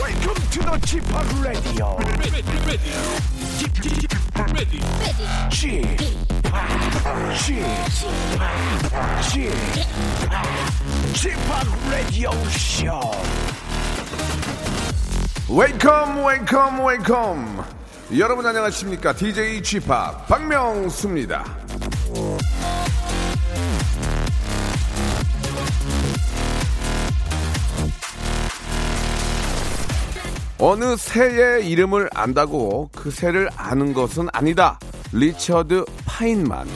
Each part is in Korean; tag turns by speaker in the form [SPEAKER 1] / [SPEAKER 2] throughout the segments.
[SPEAKER 1] Welcome to the g p o p Radio.
[SPEAKER 2] ready, ready, ready, ready.
[SPEAKER 1] g p o p g p o p g p o p Radio Show.
[SPEAKER 3] 웨이컴 웨이컴 웨이컴 여러분 안녕하십니까 DJ g p o p 박명수입니다 어느 새의 이름을 안다고 그 새를 아는 것은 아니다 리처드 파인만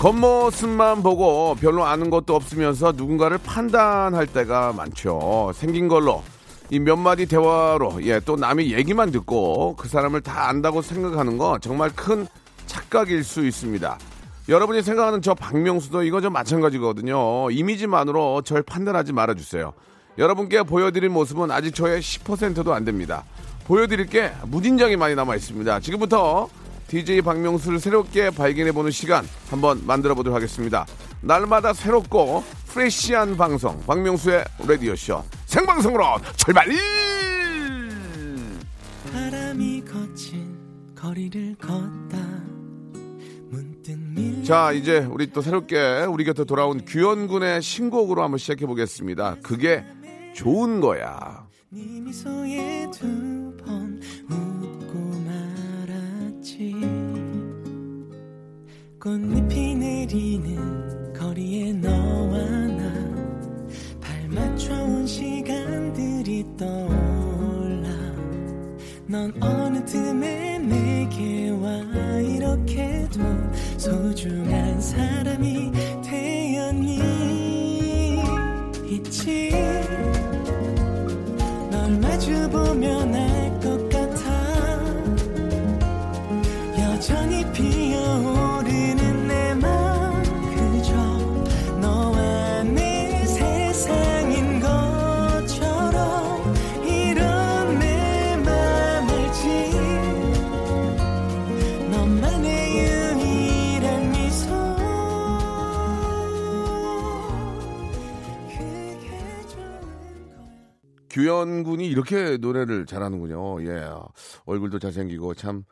[SPEAKER 3] 겉모습만 보고 별로 아는 것도 없으면서 누군가를 판단할 때가 많죠. 생긴 걸로 이 몇 마디 대화로 예, 또 남의 얘기만 듣고 그 사람을 다 안다고 생각하는 건 정말 큰 착각일 수 있습니다. 여러분이 생각하는 저 박명수도 이거 좀 마찬가지거든요. 이미지만으로 절 판단하지 말아주세요. 여러분께 보여드릴 모습은 아직 저의 10%도 안 됩니다. 보여드릴 게 무진장이 많이 남아 있습니다. 지금부터 DJ 박명수를 새롭게 발견해보는 시간 한번 만들어보도록 하겠습니다. 날마다 새롭고 프레시한 방송 박명수의 라디오쇼 생방송으로 출발!
[SPEAKER 4] 바람이 거친 거리를 걷다 문득 밀
[SPEAKER 3] 자 이제 우리 또 새롭게 우리 곁에 돌아온 규현군의 신곡으로 한번 시작해보겠습니다. 그게 좋은 거야.
[SPEAKER 4] 네 미소에 두 번 웃고 말았지 꽃잎이 내리는 거리에 너와 나 발 맞춰온 시간들이 떠올라 넌 어느 틈에 내게 와 이렇게도 소중한 사람이 되었니 있지 널 마주보면 알 것 같아 여전히 피어오르는 내 맘 그저 너와 내 세상인 것처럼 이런 내 맘 알지 너만의 유일한 미소 그게 좋은 거야
[SPEAKER 3] 규현 군이 이렇게 노래를 잘하는군요. 예. 얼굴도 잘생기고 참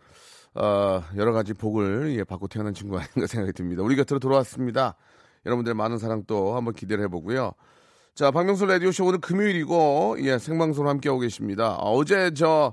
[SPEAKER 3] 어, 여러 가지 복을 예, 받고 태어난 친구 아닌가 생각이 듭니다. 우리 곁으로 돌아왔습니다. 여러분들의 많은 사랑 또 한번 기대를 해보고요. 자, 박명수 라디오쇼 오늘 금요일이고 예, 생방송으로 함께하고 계십니다. 아, 어제 저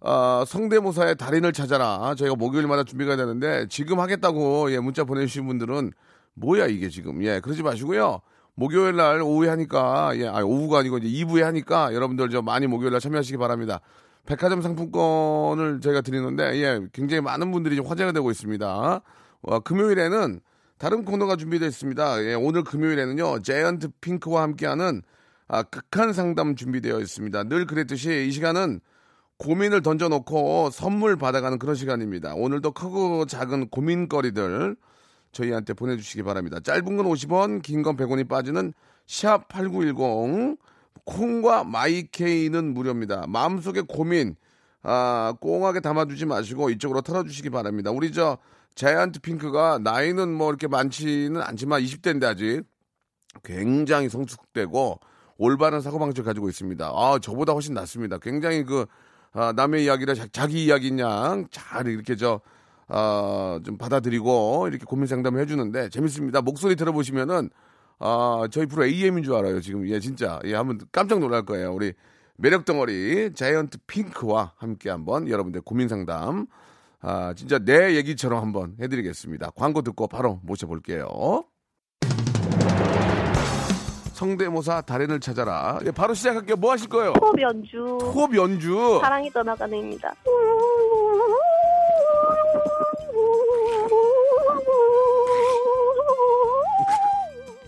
[SPEAKER 3] 아, 성대모사의 달인을 찾아라. 저희가 목요일마다 준비가 되는데 지금 하겠다고 예, 문자 보내주신 분들은 뭐야 이게 지금 예 그러지 마시고요. 목요일 날 오후에 하니까 예 아니, 오후가 아니고 이제 2부에 하니까 여러분들 저 많이 목요일 날 참여하시기 바랍니다. 백화점 상품권을 저희가 드리는데 예 굉장히 많은 분들이 지금 화제가 되고 있습니다. 와, 금요일에는 다른 코너가 준비되어 있습니다. 예, 오늘 금요일에는요 제이언트 핑크와 함께하는 아, 극한 상담 준비되어 있습니다. 늘 그랬듯이 이 시간은 고민을 던져놓고 선물 받아가는 그런 시간입니다. 오늘도 크고 작은 고민거리들 저희한테 보내주시기 바랍니다. 짧은 건 50원, 긴 건 100원이 빠지는 샵 8910 콩과 마이케이는 무료입니다. 마음속의 고민 아, 꽁하게 담아두지 마시고 이쪽으로 털어주시기 바랍니다. 우리 저 자이언트 핑크가 나이는 뭐 이렇게 많지는 않지만 20대인데 아직 굉장히 성숙되고 올바른 사고방식을 가지고 있습니다. 아, 저보다 훨씬 낫습니다. 굉장히 그 아, 남의 이야기를 자, 자기 이야기인 양잘 이렇게 저, 아, 좀 받아들이고 이렇게 고민 상담을 해주는데 재밌습니다. 목소리 들어보시면은 아, 저희 프로 AM인 줄 알아요. 지금 예, 진짜. 예, 한번 깜짝 놀랄 거예요. 우리 매력 덩어리 자이언트 핑크와 함께 한번 여러분들 고민 상담 아, 진짜 내 얘기처럼 한번 해드리겠습니다. 광고 듣고 바로 모셔볼게요. 성대모사 달인을 찾아라. 예, 바로 시작할게요. 뭐 하실 거예요?
[SPEAKER 5] 호흡 연주
[SPEAKER 3] 호흡 연주.
[SPEAKER 5] 사랑이 떠나가네입니다.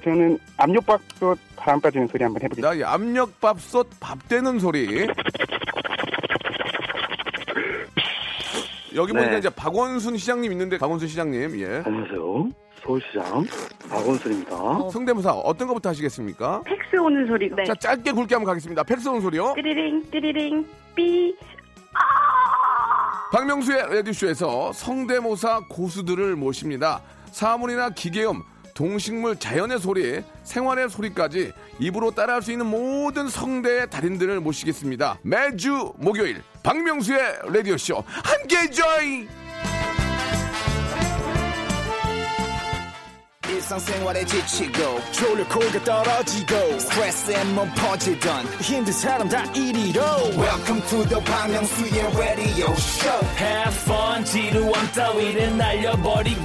[SPEAKER 6] 저는 압력밥솥 바람 빠지는 소리 한번 해보겠습니다.
[SPEAKER 3] 나 이 압력밥솥 밥 되는 소리. 여기 보니까
[SPEAKER 7] 네.
[SPEAKER 3] 이제 박원순 시장님 있는데 박원순 시장님 예.
[SPEAKER 7] 안녕하세요. 서울시장 박원순입니다.
[SPEAKER 3] 성대모사 어떤 거부터 하시겠습니까?
[SPEAKER 5] 팩스 오는 소리가. 네.
[SPEAKER 3] 자 짧게 굵게 한번 가겠습니다. 팩스 온 소리요.
[SPEAKER 5] 띠리링 띠리링 삐. 아!
[SPEAKER 3] 박명수의 라디오쇼에서 성대모사 고수들을 모십니다. 사물이나 기계음, 동식물, 자연의 소리, 생활의 소리까지 입으로 따라할 수 있는 모든 성대의 달인들을 모시겠습니다. 매주 목요일 박명수의 라디오쇼 함께 join!
[SPEAKER 8] 일상생활에 지치고, 졸려 코가 떨어지고, 스트레스에 몸 퍼지던, 힘든 사람 다 이리로. welcome to the Bang Myung-soo's radio show
[SPEAKER 4] Have fun 지루함 따위를 날려버리고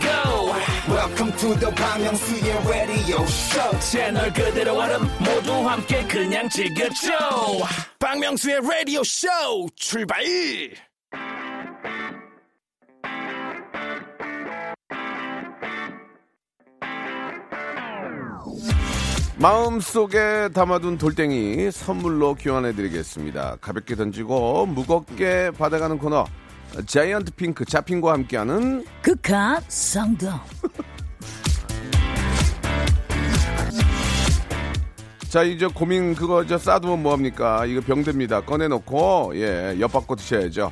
[SPEAKER 8] welcome to the Bang Myung-soo's radio show
[SPEAKER 4] 채널 그대로 얼음 모두 함께 그냥 즐겨줘
[SPEAKER 8] 박명수의 라디오 쇼 출발!
[SPEAKER 3] 마음속에 담아둔 돌덩이 선물로 교환해드리겠습니다. 가볍게 던지고 무겁게 받아가는 코너 자이언트 핑크 자핑과 함께하는
[SPEAKER 9] 극한 성동
[SPEAKER 3] 자 이제 고민 그거 저 싸두면 뭐합니까? 이거 병듭니다. 꺼내놓고 예 엿받고 드셔야죠.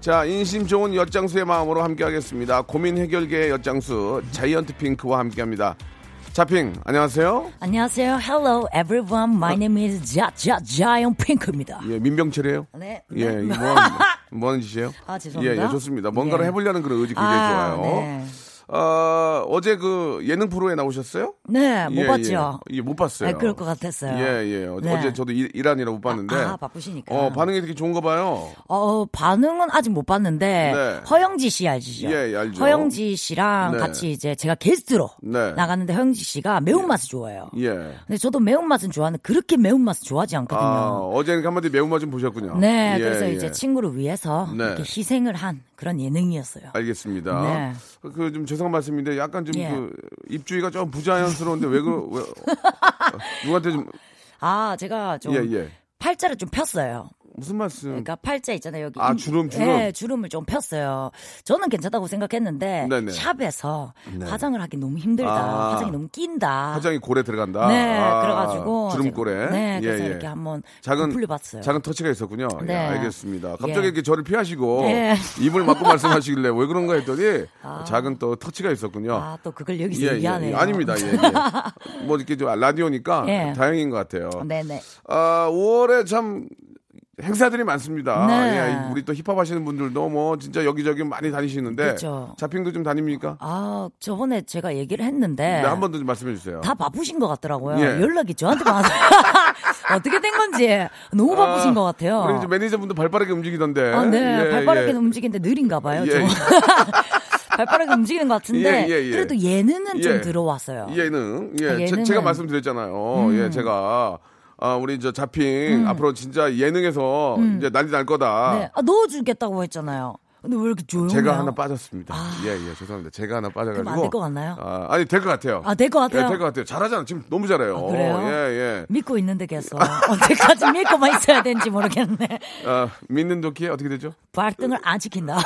[SPEAKER 3] 자 인심 좋은 엿장수의 마음으로 함께하겠습니다. 고민 해결계의 엿장수 자이언트 핑크와 함께합니다. 자핑 안녕하세요.
[SPEAKER 9] 안녕하세요 Hello everyone
[SPEAKER 3] 아.
[SPEAKER 9] My name is 자자자영 핑크입니다
[SPEAKER 3] 예 민병철이에요.
[SPEAKER 9] 네,
[SPEAKER 3] 예,
[SPEAKER 9] 네.
[SPEAKER 3] 이거 뭐, 하는- 뭐 하는 짓이에요?
[SPEAKER 9] 아, 죄송합니다.
[SPEAKER 3] 예, 예, 좋습니다. 뭔가를
[SPEAKER 9] 예.
[SPEAKER 3] 해보려는 그런 의지 굉장히
[SPEAKER 9] 아,
[SPEAKER 3] 좋아요.
[SPEAKER 9] 네.
[SPEAKER 3] 어, 어제 그 예능 프로에 나오셨어요?
[SPEAKER 9] 네, 못
[SPEAKER 3] 예,
[SPEAKER 9] 봤죠?
[SPEAKER 3] 예, 예, 못 봤어요.
[SPEAKER 9] 네, 그럴 것 같았어요.
[SPEAKER 3] 예, 예. 어-
[SPEAKER 9] 네.
[SPEAKER 3] 어제 저도 일, 하느라못 봤는데.
[SPEAKER 9] 아, 아, 바쁘시니까.
[SPEAKER 3] 어, 반응이 되게 좋은가 봐요.
[SPEAKER 9] 어, 반응은 아직 못 봤는데
[SPEAKER 3] 네.
[SPEAKER 9] 허영지 씨 알지죠?
[SPEAKER 3] 예, 예, 알죠.
[SPEAKER 9] 허영지 씨랑
[SPEAKER 3] 네.
[SPEAKER 9] 같이 이제 제가 게스트로
[SPEAKER 3] 네.
[SPEAKER 9] 나갔는데 허영지 씨가 매운맛을 좋아해요.
[SPEAKER 3] 예.
[SPEAKER 9] 근데 저도 매운맛은 좋아하는데 그렇게 매운맛을 좋아하지 않거든요.
[SPEAKER 3] 아, 어제는 한마디 매운맛 좀 보셨군요.
[SPEAKER 9] 네,
[SPEAKER 3] 예,
[SPEAKER 9] 그래서
[SPEAKER 3] 예.
[SPEAKER 9] 이제 친구를 위해서
[SPEAKER 3] 네. 아,
[SPEAKER 9] 이렇게 희생을 한 그런 예능이었어요.
[SPEAKER 3] 알겠습니다.
[SPEAKER 9] 네.
[SPEAKER 3] 그 좀 죄송한 말씀인데 약간 좀
[SPEAKER 9] 예.
[SPEAKER 3] 그 입주위가 좀 부자연스러운데 왜 그, 왜, 어, 누구한테 좀,
[SPEAKER 9] 아, 제가 좀
[SPEAKER 3] 예, 예.
[SPEAKER 9] 팔자를 좀 폈어요.
[SPEAKER 3] 무슨 말씀?
[SPEAKER 9] 그러니까 팔자 있잖아요 여기
[SPEAKER 3] 아,
[SPEAKER 9] 인-
[SPEAKER 3] 주름, 주름.
[SPEAKER 9] 네, 주름을 좀 폈어요. 저는 괜찮다고 생각했는데
[SPEAKER 3] 네네.
[SPEAKER 9] 샵에서 화장을 하기 너무 힘들다.
[SPEAKER 3] 아.
[SPEAKER 9] 화장이 너무 낀다.
[SPEAKER 3] 화장이 고래 들어간다.
[SPEAKER 9] 네,
[SPEAKER 3] 아,
[SPEAKER 9] 그래가지고
[SPEAKER 3] 주름고래.
[SPEAKER 9] 제가- 네, 그래서
[SPEAKER 3] 예, 예.
[SPEAKER 9] 이렇게 한번
[SPEAKER 3] 작은
[SPEAKER 9] 풀려봤어요.
[SPEAKER 3] 작은 터치가 있었군요.
[SPEAKER 9] 네.
[SPEAKER 3] 예, 알겠습니다. 갑자기
[SPEAKER 9] 예.
[SPEAKER 3] 이렇게 저를 피하시고
[SPEAKER 9] 네.
[SPEAKER 3] 입을 막고 말씀하시길래 왜 그런가 했더니 작은 또 터치가 있었군요.
[SPEAKER 9] 아, 또 그걸 여기서 얘기하네요.
[SPEAKER 3] 예, 아닙니다. 예, 예. 뭐 이렇게 좀 라디오니까
[SPEAKER 9] 예.
[SPEAKER 3] 다행인 것 같아요.
[SPEAKER 9] 네네.
[SPEAKER 3] 아, 5월에 참 행사들이 많습니다.
[SPEAKER 9] 네.
[SPEAKER 3] 예, 우리 또 힙합 하시는 분들도 뭐 진짜 여기저기 많이 다니시는데
[SPEAKER 9] 그렇죠.
[SPEAKER 3] 자핑도 좀 다닙니까?
[SPEAKER 9] 아, 저번에 제가 얘기를 했는데
[SPEAKER 3] 네, 한 번 더 좀 말씀해 주세요.
[SPEAKER 9] 다 바쁘신 것 같더라고요.
[SPEAKER 3] 예.
[SPEAKER 9] 연락이 저한테만 안 와요. 어떻게 된 건지 너무 바쁘신
[SPEAKER 3] 아,
[SPEAKER 9] 것 같아요.
[SPEAKER 3] 그리고 이제 매니저분도 발빠르게 움직이던데.
[SPEAKER 9] 아, 어. 네.
[SPEAKER 3] 예,
[SPEAKER 9] 발빠르게
[SPEAKER 3] 예.
[SPEAKER 9] 움직이는데 느린가 봐요.
[SPEAKER 3] 예,
[SPEAKER 9] 좀.
[SPEAKER 3] 예.
[SPEAKER 9] 발빠르게 움직이는 것 같은데
[SPEAKER 3] 예, 예, 예.
[SPEAKER 9] 그래도 예능은
[SPEAKER 3] 예.
[SPEAKER 9] 좀 들어왔어요.
[SPEAKER 3] 예능. 예.
[SPEAKER 9] 아, 예능은- 음.
[SPEAKER 3] 제, 가 말씀드렸잖아요. 예, 제가. 아, 우리 저 자핑 앞으로 진짜 예능에서 이제 난리 날 거다.
[SPEAKER 9] 음. 네. 아, 넣어주겠다고 했잖아요. 근데 왜 이렇게 조용해요? 아.
[SPEAKER 3] 제가 하나 빠졌습니다. 예, 예, 죄송합니다. 제가 하나 빠져가지고.
[SPEAKER 9] 그럼 안될것 같나요?
[SPEAKER 3] 아, 아니, 될 것 같아요.
[SPEAKER 9] 아, 될것 같아요?
[SPEAKER 3] 예, 될것 같아요. 잘하잖아. 지금 너무 잘해요.
[SPEAKER 9] 아, 그래요?
[SPEAKER 3] 예,
[SPEAKER 9] 믿고 있는데 계속 언제까지 믿고만 있어야 되는지 모르겠네.
[SPEAKER 3] 예. 아, 믿는 도끼 어떻게 되죠?
[SPEAKER 9] 발등을 안 지킨다.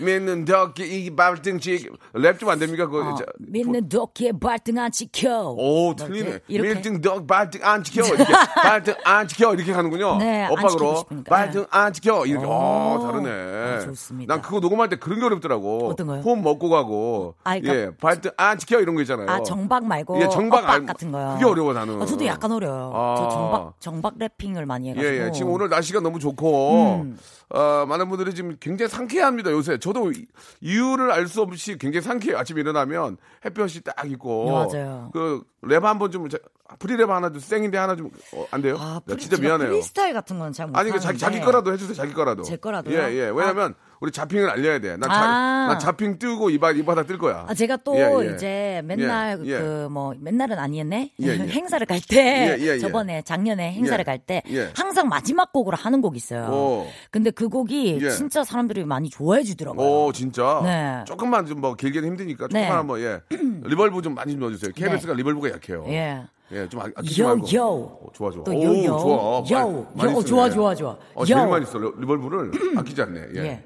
[SPEAKER 3] 예, 믿는 도끼, 이 발등치. 랩 좀 안 됩니까? 그거.
[SPEAKER 9] 어,
[SPEAKER 3] 자, 뭐-
[SPEAKER 9] 믿는 도끼에 발등 안 지켜. 뭐
[SPEAKER 3] 오,
[SPEAKER 9] 이렇게,
[SPEAKER 3] 틀리네.
[SPEAKER 9] 이렇게.
[SPEAKER 3] 밀등 덕 발등 안 지켜. 이렇게. 발등 안 지켜. 이렇게 가는군요.
[SPEAKER 9] 네, 안 지키고
[SPEAKER 3] 엇박으로.
[SPEAKER 9] 싶으니까.
[SPEAKER 3] 발등 안 지켜. 이렇게. 아,
[SPEAKER 9] 오,
[SPEAKER 3] 다르네.
[SPEAKER 9] 아, 좋습니다.
[SPEAKER 3] 난 그거 녹음할 때 그런 게 어렵더라고.
[SPEAKER 9] 어떤 거요?
[SPEAKER 3] 호흡 먹고 가고.
[SPEAKER 9] 아, 그러니까-
[SPEAKER 3] 예, 발등 안 지켜. 이런 거 있잖아요.
[SPEAKER 9] 아 정박 말고
[SPEAKER 3] 어. 예, 정박
[SPEAKER 9] 엇박
[SPEAKER 3] 알-
[SPEAKER 9] 같은 거요.
[SPEAKER 3] 그게 어려워, 나는.
[SPEAKER 9] 아, 저도 약간 어려요.
[SPEAKER 3] 아.
[SPEAKER 9] 저 정박 정박 래핑을 많이 해가지고. 음.
[SPEAKER 3] 예, 예. 지금 오늘 날씨가 너무 좋고, 어, 많은 분들이 지금 굉장히 상쾌합니다, 요새. 저도 이- 이유를 알 수 없이 굉장히 상쾌해요. 아침에 일어나면 햇볕이 딱 있고.
[SPEAKER 9] 네, 맞아요.
[SPEAKER 3] 그, 랩 한번 좀, 자- 프리랩 하나 좀 생인데 하나 좀, 어, 안 돼요?
[SPEAKER 9] 아,
[SPEAKER 3] 나
[SPEAKER 9] 프리,
[SPEAKER 3] 진짜
[SPEAKER 9] 제가
[SPEAKER 3] 미안해요.
[SPEAKER 9] 프리스타일 같은 건 잘 못하는데.
[SPEAKER 3] 아니, 그 자기, 자기 거라도 해주세요, 자기 거라도.
[SPEAKER 9] 제 거라도요?
[SPEAKER 3] 예, 예. 왜냐면, 우리 자핑을 알려야 돼. 나, 자,
[SPEAKER 9] 아.
[SPEAKER 3] 나 자핑 뜨고 이바, 이바닥 뜰 거야.
[SPEAKER 9] 아, 제가 또
[SPEAKER 3] 예, 예.
[SPEAKER 9] 이제 맨날
[SPEAKER 3] 예, 예.
[SPEAKER 9] 그 뭐 맨날은 아니었네
[SPEAKER 3] 예, 예.
[SPEAKER 9] 행사를 갈 때
[SPEAKER 3] 예, 예, 예.
[SPEAKER 9] 저번에 작년에 행사를
[SPEAKER 3] 예.
[SPEAKER 9] 갈 때
[SPEAKER 3] 예.
[SPEAKER 9] 항상 마지막 곡으로 하는 곡이 있어요.
[SPEAKER 3] 오.
[SPEAKER 9] 근데 그 곡이
[SPEAKER 3] 예.
[SPEAKER 9] 진짜 사람들이 많이 좋아해 주더라고요.
[SPEAKER 3] 오, 진짜?
[SPEAKER 9] 네.
[SPEAKER 3] 조금만 좀 뭐 길게는 힘드니까 조금만
[SPEAKER 9] 네.
[SPEAKER 3] 한번 예. 리벌브 좀 많이 좀 넣어주세요. KBS가 리벌브가 약해요.
[SPEAKER 9] 예.
[SPEAKER 3] 예, 좀 아, 아끼지
[SPEAKER 9] 요,
[SPEAKER 3] 말고.
[SPEAKER 9] 요.
[SPEAKER 3] 어, 좋아, 좋아.
[SPEAKER 9] 또
[SPEAKER 3] 오,
[SPEAKER 9] 요, 요.
[SPEAKER 3] 좋아. 어,
[SPEAKER 9] 요,
[SPEAKER 3] 많이 쓰네.
[SPEAKER 9] 요. 어, 좋아, 좋아, 좋아.
[SPEAKER 3] 어, 제일
[SPEAKER 9] 요.
[SPEAKER 3] 많이 써. 리- 리벌브를 아끼지 않네. 예.
[SPEAKER 9] 예.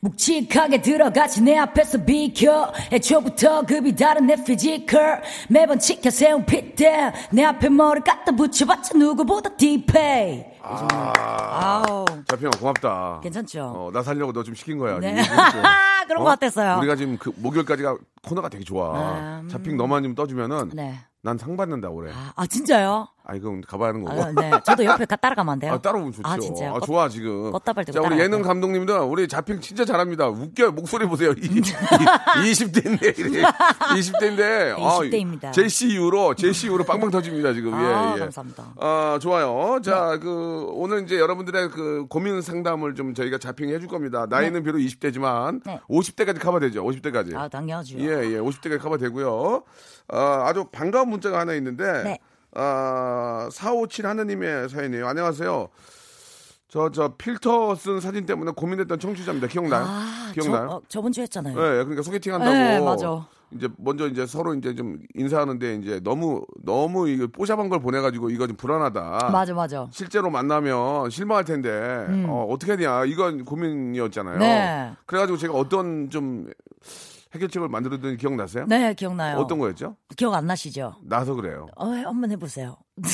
[SPEAKER 9] 묵직하게 들어가지 내 앞에서 비켜 애초부터 급이 다른 내 피지컬 매번 치켜 세운 핏대 내 앞에 머리 갖다 붙여봤자 누구보다 딥해
[SPEAKER 3] 아.
[SPEAKER 9] 아우
[SPEAKER 3] 자평아 고맙다.
[SPEAKER 9] 괜찮죠?
[SPEAKER 3] 어, 나 살려고 너 좀 시킨 거야.
[SPEAKER 9] 네.
[SPEAKER 3] 이거 좀.
[SPEAKER 9] 그런
[SPEAKER 3] 어?
[SPEAKER 9] 것 같았어요
[SPEAKER 3] 우리가 지금 그 목요일까지가 코너가 되게 좋아.
[SPEAKER 9] 음.
[SPEAKER 3] 자핑 너만 좀 떠주면은
[SPEAKER 9] 네.
[SPEAKER 3] 난 상 받는다 올해.
[SPEAKER 9] 아, 아, 진짜요?
[SPEAKER 3] 아니 그럼 가봐야 하는 거고.
[SPEAKER 9] 아, 네. 저도 옆에 가- 따라가면 안 돼요?
[SPEAKER 3] 아, 따라오면 좋죠.
[SPEAKER 9] 아, 진짜요?
[SPEAKER 3] 아,
[SPEAKER 9] 어,
[SPEAKER 3] 좋아 지금.
[SPEAKER 9] 걷다발 들고
[SPEAKER 3] 자 우리
[SPEAKER 9] 따라갈게요.
[SPEAKER 3] 예능 감독님들 우리 자핑 진짜 잘합니다. 웃겨 요 목소리 보세요. 이, 이, 20대인데 이래. 20대인데. 아,
[SPEAKER 9] 네, 20대 입니다.
[SPEAKER 3] 제시 이후로 제시 이후로 빵빵 터집니다 지금.
[SPEAKER 9] 아,
[SPEAKER 3] 예, 예.
[SPEAKER 9] 감사합니다. 네.
[SPEAKER 3] 아 좋아요. 자 그 오늘 이제 여러분들의 그 고민 상담을 좀 저희가 자핑해 줄 겁니다. 나이는 비록 20대지만
[SPEAKER 9] 네.
[SPEAKER 3] 50대까지 커버되죠. 50대까지.
[SPEAKER 9] 아, 당연하죠.
[SPEAKER 3] 예, 예. 50대가 커버되고요. 아, 아주 반가운 문자가 하나 있는데.
[SPEAKER 9] 네.
[SPEAKER 3] 아, 457 하느님의 사연이에요. 안녕하세요. 저, 저, 필터 쓴 사진 때문에 고민했던 청취자입니다. 기억나요?
[SPEAKER 9] 아,
[SPEAKER 3] 기억나요?
[SPEAKER 9] 저, 어, 저번 주 했잖아요.
[SPEAKER 3] 예, 예, 그러니까 소개팅 한다고.
[SPEAKER 9] 예, 맞아.
[SPEAKER 3] 이제 먼저 이제 서로 이제 좀 인사하는데 이제 너무, 너무 이거 뽀샵한 걸 보내가지고 이거 좀 불안하다.
[SPEAKER 9] 맞아, 맞아.
[SPEAKER 3] 실제로 만나면 실망할 텐데 어, 어떻게 해야 되냐 이건 고민이었잖아요.
[SPEAKER 9] 음. 네.
[SPEAKER 3] 그래가지고 제가 어떤 좀 해결책을 만들었던 기억나세요?
[SPEAKER 9] 네, 기억나요.
[SPEAKER 3] 어떤 거였죠?
[SPEAKER 9] 기억 안 나시죠?
[SPEAKER 3] 나서 그래요.
[SPEAKER 9] 어, 한번 해보세요.
[SPEAKER 3] 네.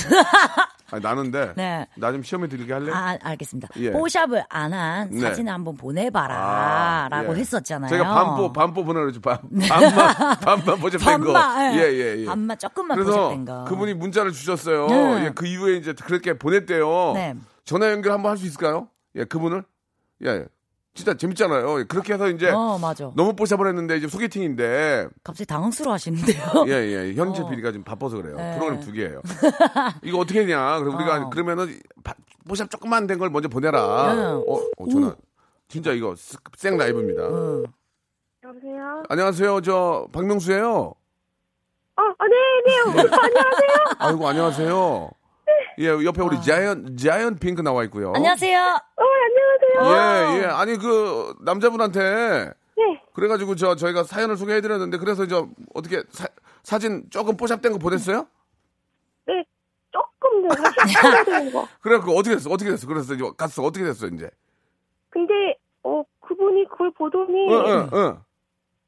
[SPEAKER 3] 아니, 나는데
[SPEAKER 9] 네.
[SPEAKER 3] 나 좀 시험에 들게 할래?
[SPEAKER 9] 아, 알겠습니다.
[SPEAKER 3] 예.
[SPEAKER 9] 뽀샵을 안 한
[SPEAKER 3] 네.
[SPEAKER 9] 사진을 한번 보내봐라. 라고
[SPEAKER 3] 예.
[SPEAKER 9] 했었잖아요. 네.
[SPEAKER 3] 제가 반포 반포 보내려죠 반 반만 반만 보셨던 거.
[SPEAKER 9] 반만, 예.
[SPEAKER 3] 예예 예.
[SPEAKER 9] 반만 조금만
[SPEAKER 3] 그래서
[SPEAKER 9] 보셨던 거.
[SPEAKER 3] 그분이 문자를 주셨어요.
[SPEAKER 9] 네.
[SPEAKER 3] 예, 그 이후에 이제 그렇게 보냈대요.
[SPEAKER 9] 네.
[SPEAKER 3] 전화 연결 한번 할 수 있을까요? 예, 그분을 예, 예. 진짜 재밌잖아요. 예, 그렇게 해서 이제
[SPEAKER 9] 어, 맞아.
[SPEAKER 3] 너무 뽀샵을 했는데 이제 소개팅인데
[SPEAKER 9] 갑자기 당황스러워 하시는데요.
[SPEAKER 3] 예예 현재
[SPEAKER 9] 어.
[SPEAKER 3] PD가 지금 바빠서 그래요
[SPEAKER 9] 네.
[SPEAKER 3] 프로그램 두 개예요 이거 어떻게 했냐 그럼 우리가
[SPEAKER 9] 어.
[SPEAKER 3] 그러면은 바- 뽀샵 조금만 된 걸 먼저 보내라
[SPEAKER 9] 네.
[SPEAKER 3] 어, 어, 전화 진짜 이거 스- 생 라이브입니다
[SPEAKER 9] 어.
[SPEAKER 5] 여보세요?
[SPEAKER 3] 안녕하세요 저 박명수예요
[SPEAKER 5] 어, 어, 네, 네, 오빠 안녕하세요.
[SPEAKER 3] 아이고 안녕하세요 예 옆에 우리 자이언 자이언 핑크 나와 있고요
[SPEAKER 9] 아. 안녕하세요.
[SPEAKER 5] 어, 안녕하세요.
[SPEAKER 3] 예예 아니 그 남자분한테
[SPEAKER 5] 네.
[SPEAKER 3] 그래가지고 저 저희가 사연을 소개해드렸는데 그래서 저 어떻게 사, 사진 조금 뽀샵된 거 보냈어요?
[SPEAKER 5] 네, 조금 더 사실 되는 거.
[SPEAKER 3] 그래 그 어떻게 됐어 어떻게 됐어 그래서 이제 갔어 어떻게 됐어 이제
[SPEAKER 5] 근데 어, 그분이 그걸 보더니
[SPEAKER 9] 어,
[SPEAKER 3] 응응응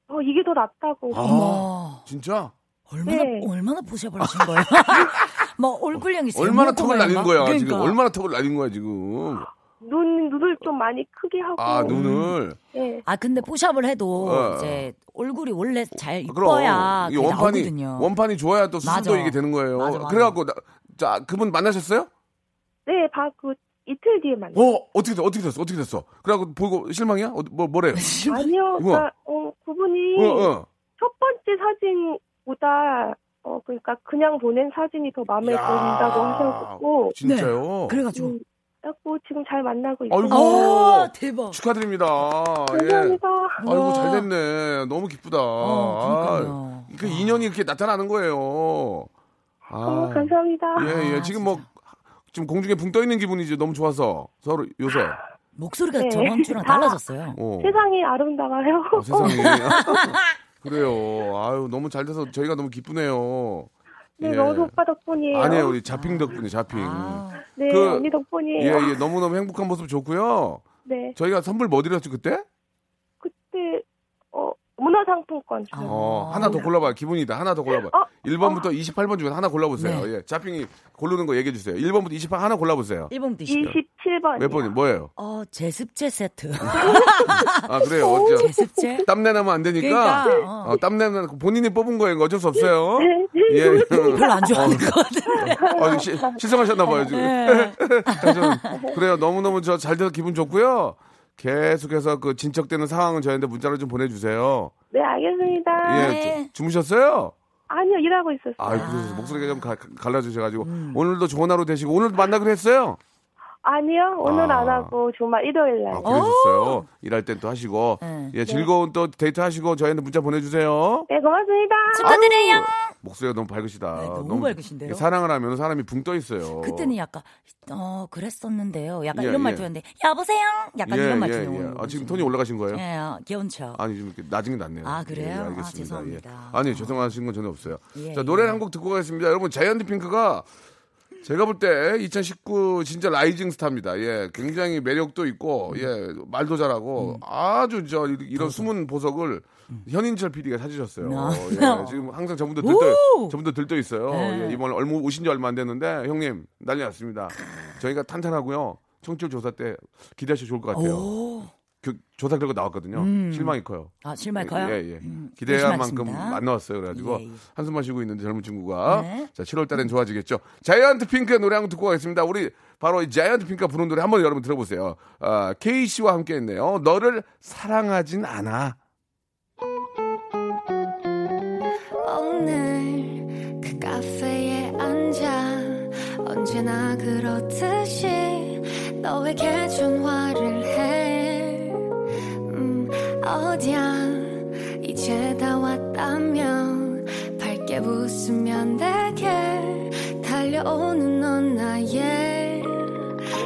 [SPEAKER 5] 어, 이게 더 낫다고.
[SPEAKER 3] 아.
[SPEAKER 9] 어머.
[SPEAKER 3] 진짜?
[SPEAKER 9] 얼마나,
[SPEAKER 5] 네.
[SPEAKER 9] 얼마나 뽀샵을 하신 거예요? 뭐, 얼굴형이
[SPEAKER 3] 얼마나
[SPEAKER 9] 세밀하고
[SPEAKER 3] 턱을 날린
[SPEAKER 9] 얼마-
[SPEAKER 3] 거야
[SPEAKER 9] 그러니까.
[SPEAKER 3] 지금 얼마나 턱을 날린 거야 지금
[SPEAKER 5] 눈 눈을 좀 많이 크게 하고.
[SPEAKER 9] 어.
[SPEAKER 3] 아 눈을
[SPEAKER 5] 네.
[SPEAKER 9] 아 근데 포샵을 해도
[SPEAKER 3] 어.
[SPEAKER 9] 이제 얼굴이 원래 잘 이뻐야
[SPEAKER 3] 그럼 이
[SPEAKER 9] 그게
[SPEAKER 3] 원판이
[SPEAKER 9] 나오거든요.
[SPEAKER 3] 원판이 좋아야 또 수순도
[SPEAKER 9] 어. 맞아.
[SPEAKER 3] 이게 되는 거예요
[SPEAKER 9] 맞아, 맞아.
[SPEAKER 3] 그래갖고 나, 자 그분 만나셨어요?
[SPEAKER 5] 네, 바그 이틀 뒤에 만나.
[SPEAKER 3] 어 어떻게 됐어 어떻게 됐어 어떻게 됐어 그래갖고 보고 실망이야? 어, 뭐
[SPEAKER 9] 네.
[SPEAKER 3] 뭐래요?
[SPEAKER 5] 아니요, 그러니까 어, 그분이
[SPEAKER 3] 어어
[SPEAKER 5] 첫 번째 사진보다 어 그러니까 그냥 보낸 사진이 더 마음에
[SPEAKER 3] 야.
[SPEAKER 5] 든다고 하셨고
[SPEAKER 3] 진짜요?
[SPEAKER 9] 네. 아, 그래가지고
[SPEAKER 5] 자꾸 음, 뭐 지금 잘 만나고 있어요.
[SPEAKER 3] 아이고
[SPEAKER 9] 아 대박.
[SPEAKER 3] 축하드립니다 예.
[SPEAKER 5] 감사합니다.
[SPEAKER 3] 아이고
[SPEAKER 9] 우와.
[SPEAKER 3] 잘 됐네 너무 기쁘다
[SPEAKER 9] 어, 그러니까요.
[SPEAKER 3] 아, 그 인연이 이렇게 나타나는 거예요 아.
[SPEAKER 5] 어, 감사합니다.
[SPEAKER 3] 예, 예.
[SPEAKER 9] 아,
[SPEAKER 3] 지금 뭐, 지금 공중에 붕 떠 있는 기분이죠. 너무 좋아서. 서로 요새.
[SPEAKER 9] 목소리가
[SPEAKER 5] 네.
[SPEAKER 9] 저번 주랑 달라졌어요.
[SPEAKER 3] 어.
[SPEAKER 5] 세상이 아름다워요.
[SPEAKER 3] 어, 세상에. 그래요. 아유, 너무 잘 돼서 저희가 너무 기쁘네요.
[SPEAKER 5] 네,
[SPEAKER 3] 예.
[SPEAKER 5] 너도 오빠 덕분이에요.
[SPEAKER 3] 아니에요. 우리 자핑 덕분에 자핑.
[SPEAKER 9] 아,
[SPEAKER 5] 네,
[SPEAKER 3] 그-
[SPEAKER 5] 언니
[SPEAKER 3] 예,
[SPEAKER 5] 덕분이에요.
[SPEAKER 3] 예. 너무너무 행복한 모습 좋고요.
[SPEAKER 5] 네,
[SPEAKER 3] 저희가 선물 뭐 드렸죠, 그때?
[SPEAKER 5] 그때 어 문화상품권 주
[SPEAKER 3] 어, 하나 더 골라봐요. 기분이다. 하나 더 골라봐요.
[SPEAKER 5] 어,
[SPEAKER 3] 1번부터 28번 중에 하나 골라보세요.
[SPEAKER 9] 네.
[SPEAKER 3] 예. 자핑이 고르는 거 얘기해주세요. 1번부터 28 하나 골라보세요.
[SPEAKER 9] 1번 드시죠.
[SPEAKER 5] 27번.
[SPEAKER 3] 몇 번이, 뭐예요?
[SPEAKER 9] 어 제습제 세트.
[SPEAKER 3] 아, 그래요. 어째.
[SPEAKER 9] 제습제.
[SPEAKER 3] 땀내 나면 안 되니까.
[SPEAKER 9] 그러니까, 어. 네.
[SPEAKER 3] 어, 땀내 나 본인이 뽑은 거예요. 어쩔 수 없어요.
[SPEAKER 5] 네,
[SPEAKER 3] 예.
[SPEAKER 9] 별로 안
[SPEAKER 3] 어.
[SPEAKER 9] 좋아하는 것 같은데.
[SPEAKER 3] 아, 시, 실성하셨나봐요, 지금.
[SPEAKER 9] 네.
[SPEAKER 3] 하여튼 그래요. 너무너무 저 잘 돼서 기분 좋고요. 계속해서 그 진척되는 상황은 저희한테 문자로 좀 보내주세요.
[SPEAKER 5] 네, 알겠습니다.
[SPEAKER 3] 예.
[SPEAKER 9] 네.
[SPEAKER 3] 주- 주무셨어요?
[SPEAKER 5] 아니요, 일하고 있었어요.
[SPEAKER 3] 아, 그래서 목소리가 좀 가- 갈라주셔가지고.
[SPEAKER 9] 음.
[SPEAKER 3] 오늘도 좋은 하루 되시고, 오늘도 만나기로 했어요?
[SPEAKER 5] 아니요, 오늘
[SPEAKER 3] 아.
[SPEAKER 5] 안 하고 주말 일요일 날.
[SPEAKER 3] 아, 그러셨어요. 일할 땐 또 하시고.
[SPEAKER 9] 네.
[SPEAKER 3] 예, 즐거운 또 데이트 하시고, 저희한테 문자 보내주세요.
[SPEAKER 5] 네, 고맙습니다.
[SPEAKER 9] 축하드려요.
[SPEAKER 3] 목소리가 너무 밝으시다.
[SPEAKER 9] 네, 너무 밝으신데요?
[SPEAKER 3] 사랑을 하면 사람이 붕 떠 있어요.
[SPEAKER 9] 그때는 약간 어 그랬었는데요. 약간
[SPEAKER 3] 예,
[SPEAKER 9] 이런
[SPEAKER 3] 예.
[SPEAKER 9] 말투였는데 여보세요. 약간 이런 말투예요.
[SPEAKER 3] 아, 지금 톤이 올라가신 거예요?
[SPEAKER 9] 예, 어, 귀여운 척.
[SPEAKER 3] 아니 지금 이렇게 낮은 게 낫네요. 예,
[SPEAKER 9] 아, 그래요? 아,
[SPEAKER 3] 알겠습니다.
[SPEAKER 9] 죄송합니다. 아.
[SPEAKER 3] 예. 아니 죄송하신 건 전혀 없어요.
[SPEAKER 9] 예,
[SPEAKER 3] 자
[SPEAKER 9] 예.
[SPEAKER 3] 노래 를 한 곡 듣고 가겠습니다. 여러분 자이언트 핑크가 제가 볼 때 2019 진짜 라이징 스타입니다. 예, 굉장히 매력도 있고, 예, 말도
[SPEAKER 9] 음.
[SPEAKER 3] 잘하고, 아주 저 이- 이런 숨은 보석을 현인철 PD가 찾으셨어요.
[SPEAKER 9] 나-
[SPEAKER 3] 예, 지금 항상 저분도 들떠,
[SPEAKER 9] 오!
[SPEAKER 3] 저분도 들떠 있어요.
[SPEAKER 9] 네.
[SPEAKER 3] 예, 이번에 얼마 오신 지 얼마 안 됐는데, 형님, 난리 났습니다. 저희가 탄탄하고요. 청취율 조사 때 기대하셔도 좋을 것 같아요.
[SPEAKER 9] 오.
[SPEAKER 3] 그 조사 결과 나왔거든요. 실망이 커요.
[SPEAKER 9] 아, 실말까요? 음.
[SPEAKER 3] 예, 예. 기대한 만큼
[SPEAKER 9] 조심하겠습니다.
[SPEAKER 3] 안 나왔어요. 그래가지고
[SPEAKER 9] 예, 예.
[SPEAKER 3] 한숨 마시고 있는데 젊은 친구가
[SPEAKER 9] 네.
[SPEAKER 3] 자 7월 달엔 좋아지겠죠. 자이언트 핑크의 노래 한 곡 듣고 가겠습니다. 우리 바로 이 자이언트 핑크가 부른 노래 한번 여러분 들어보세요. 아, 케이 씨와 함께했네요. 너를 사랑하진 않아.
[SPEAKER 10] 오늘 그 카페에 앉아 언제나 그렇듯이 너에게 전화를 해 음, 어디야 이제 다 왔다면 밝게 웃으면 내게 달려오는 넌 나의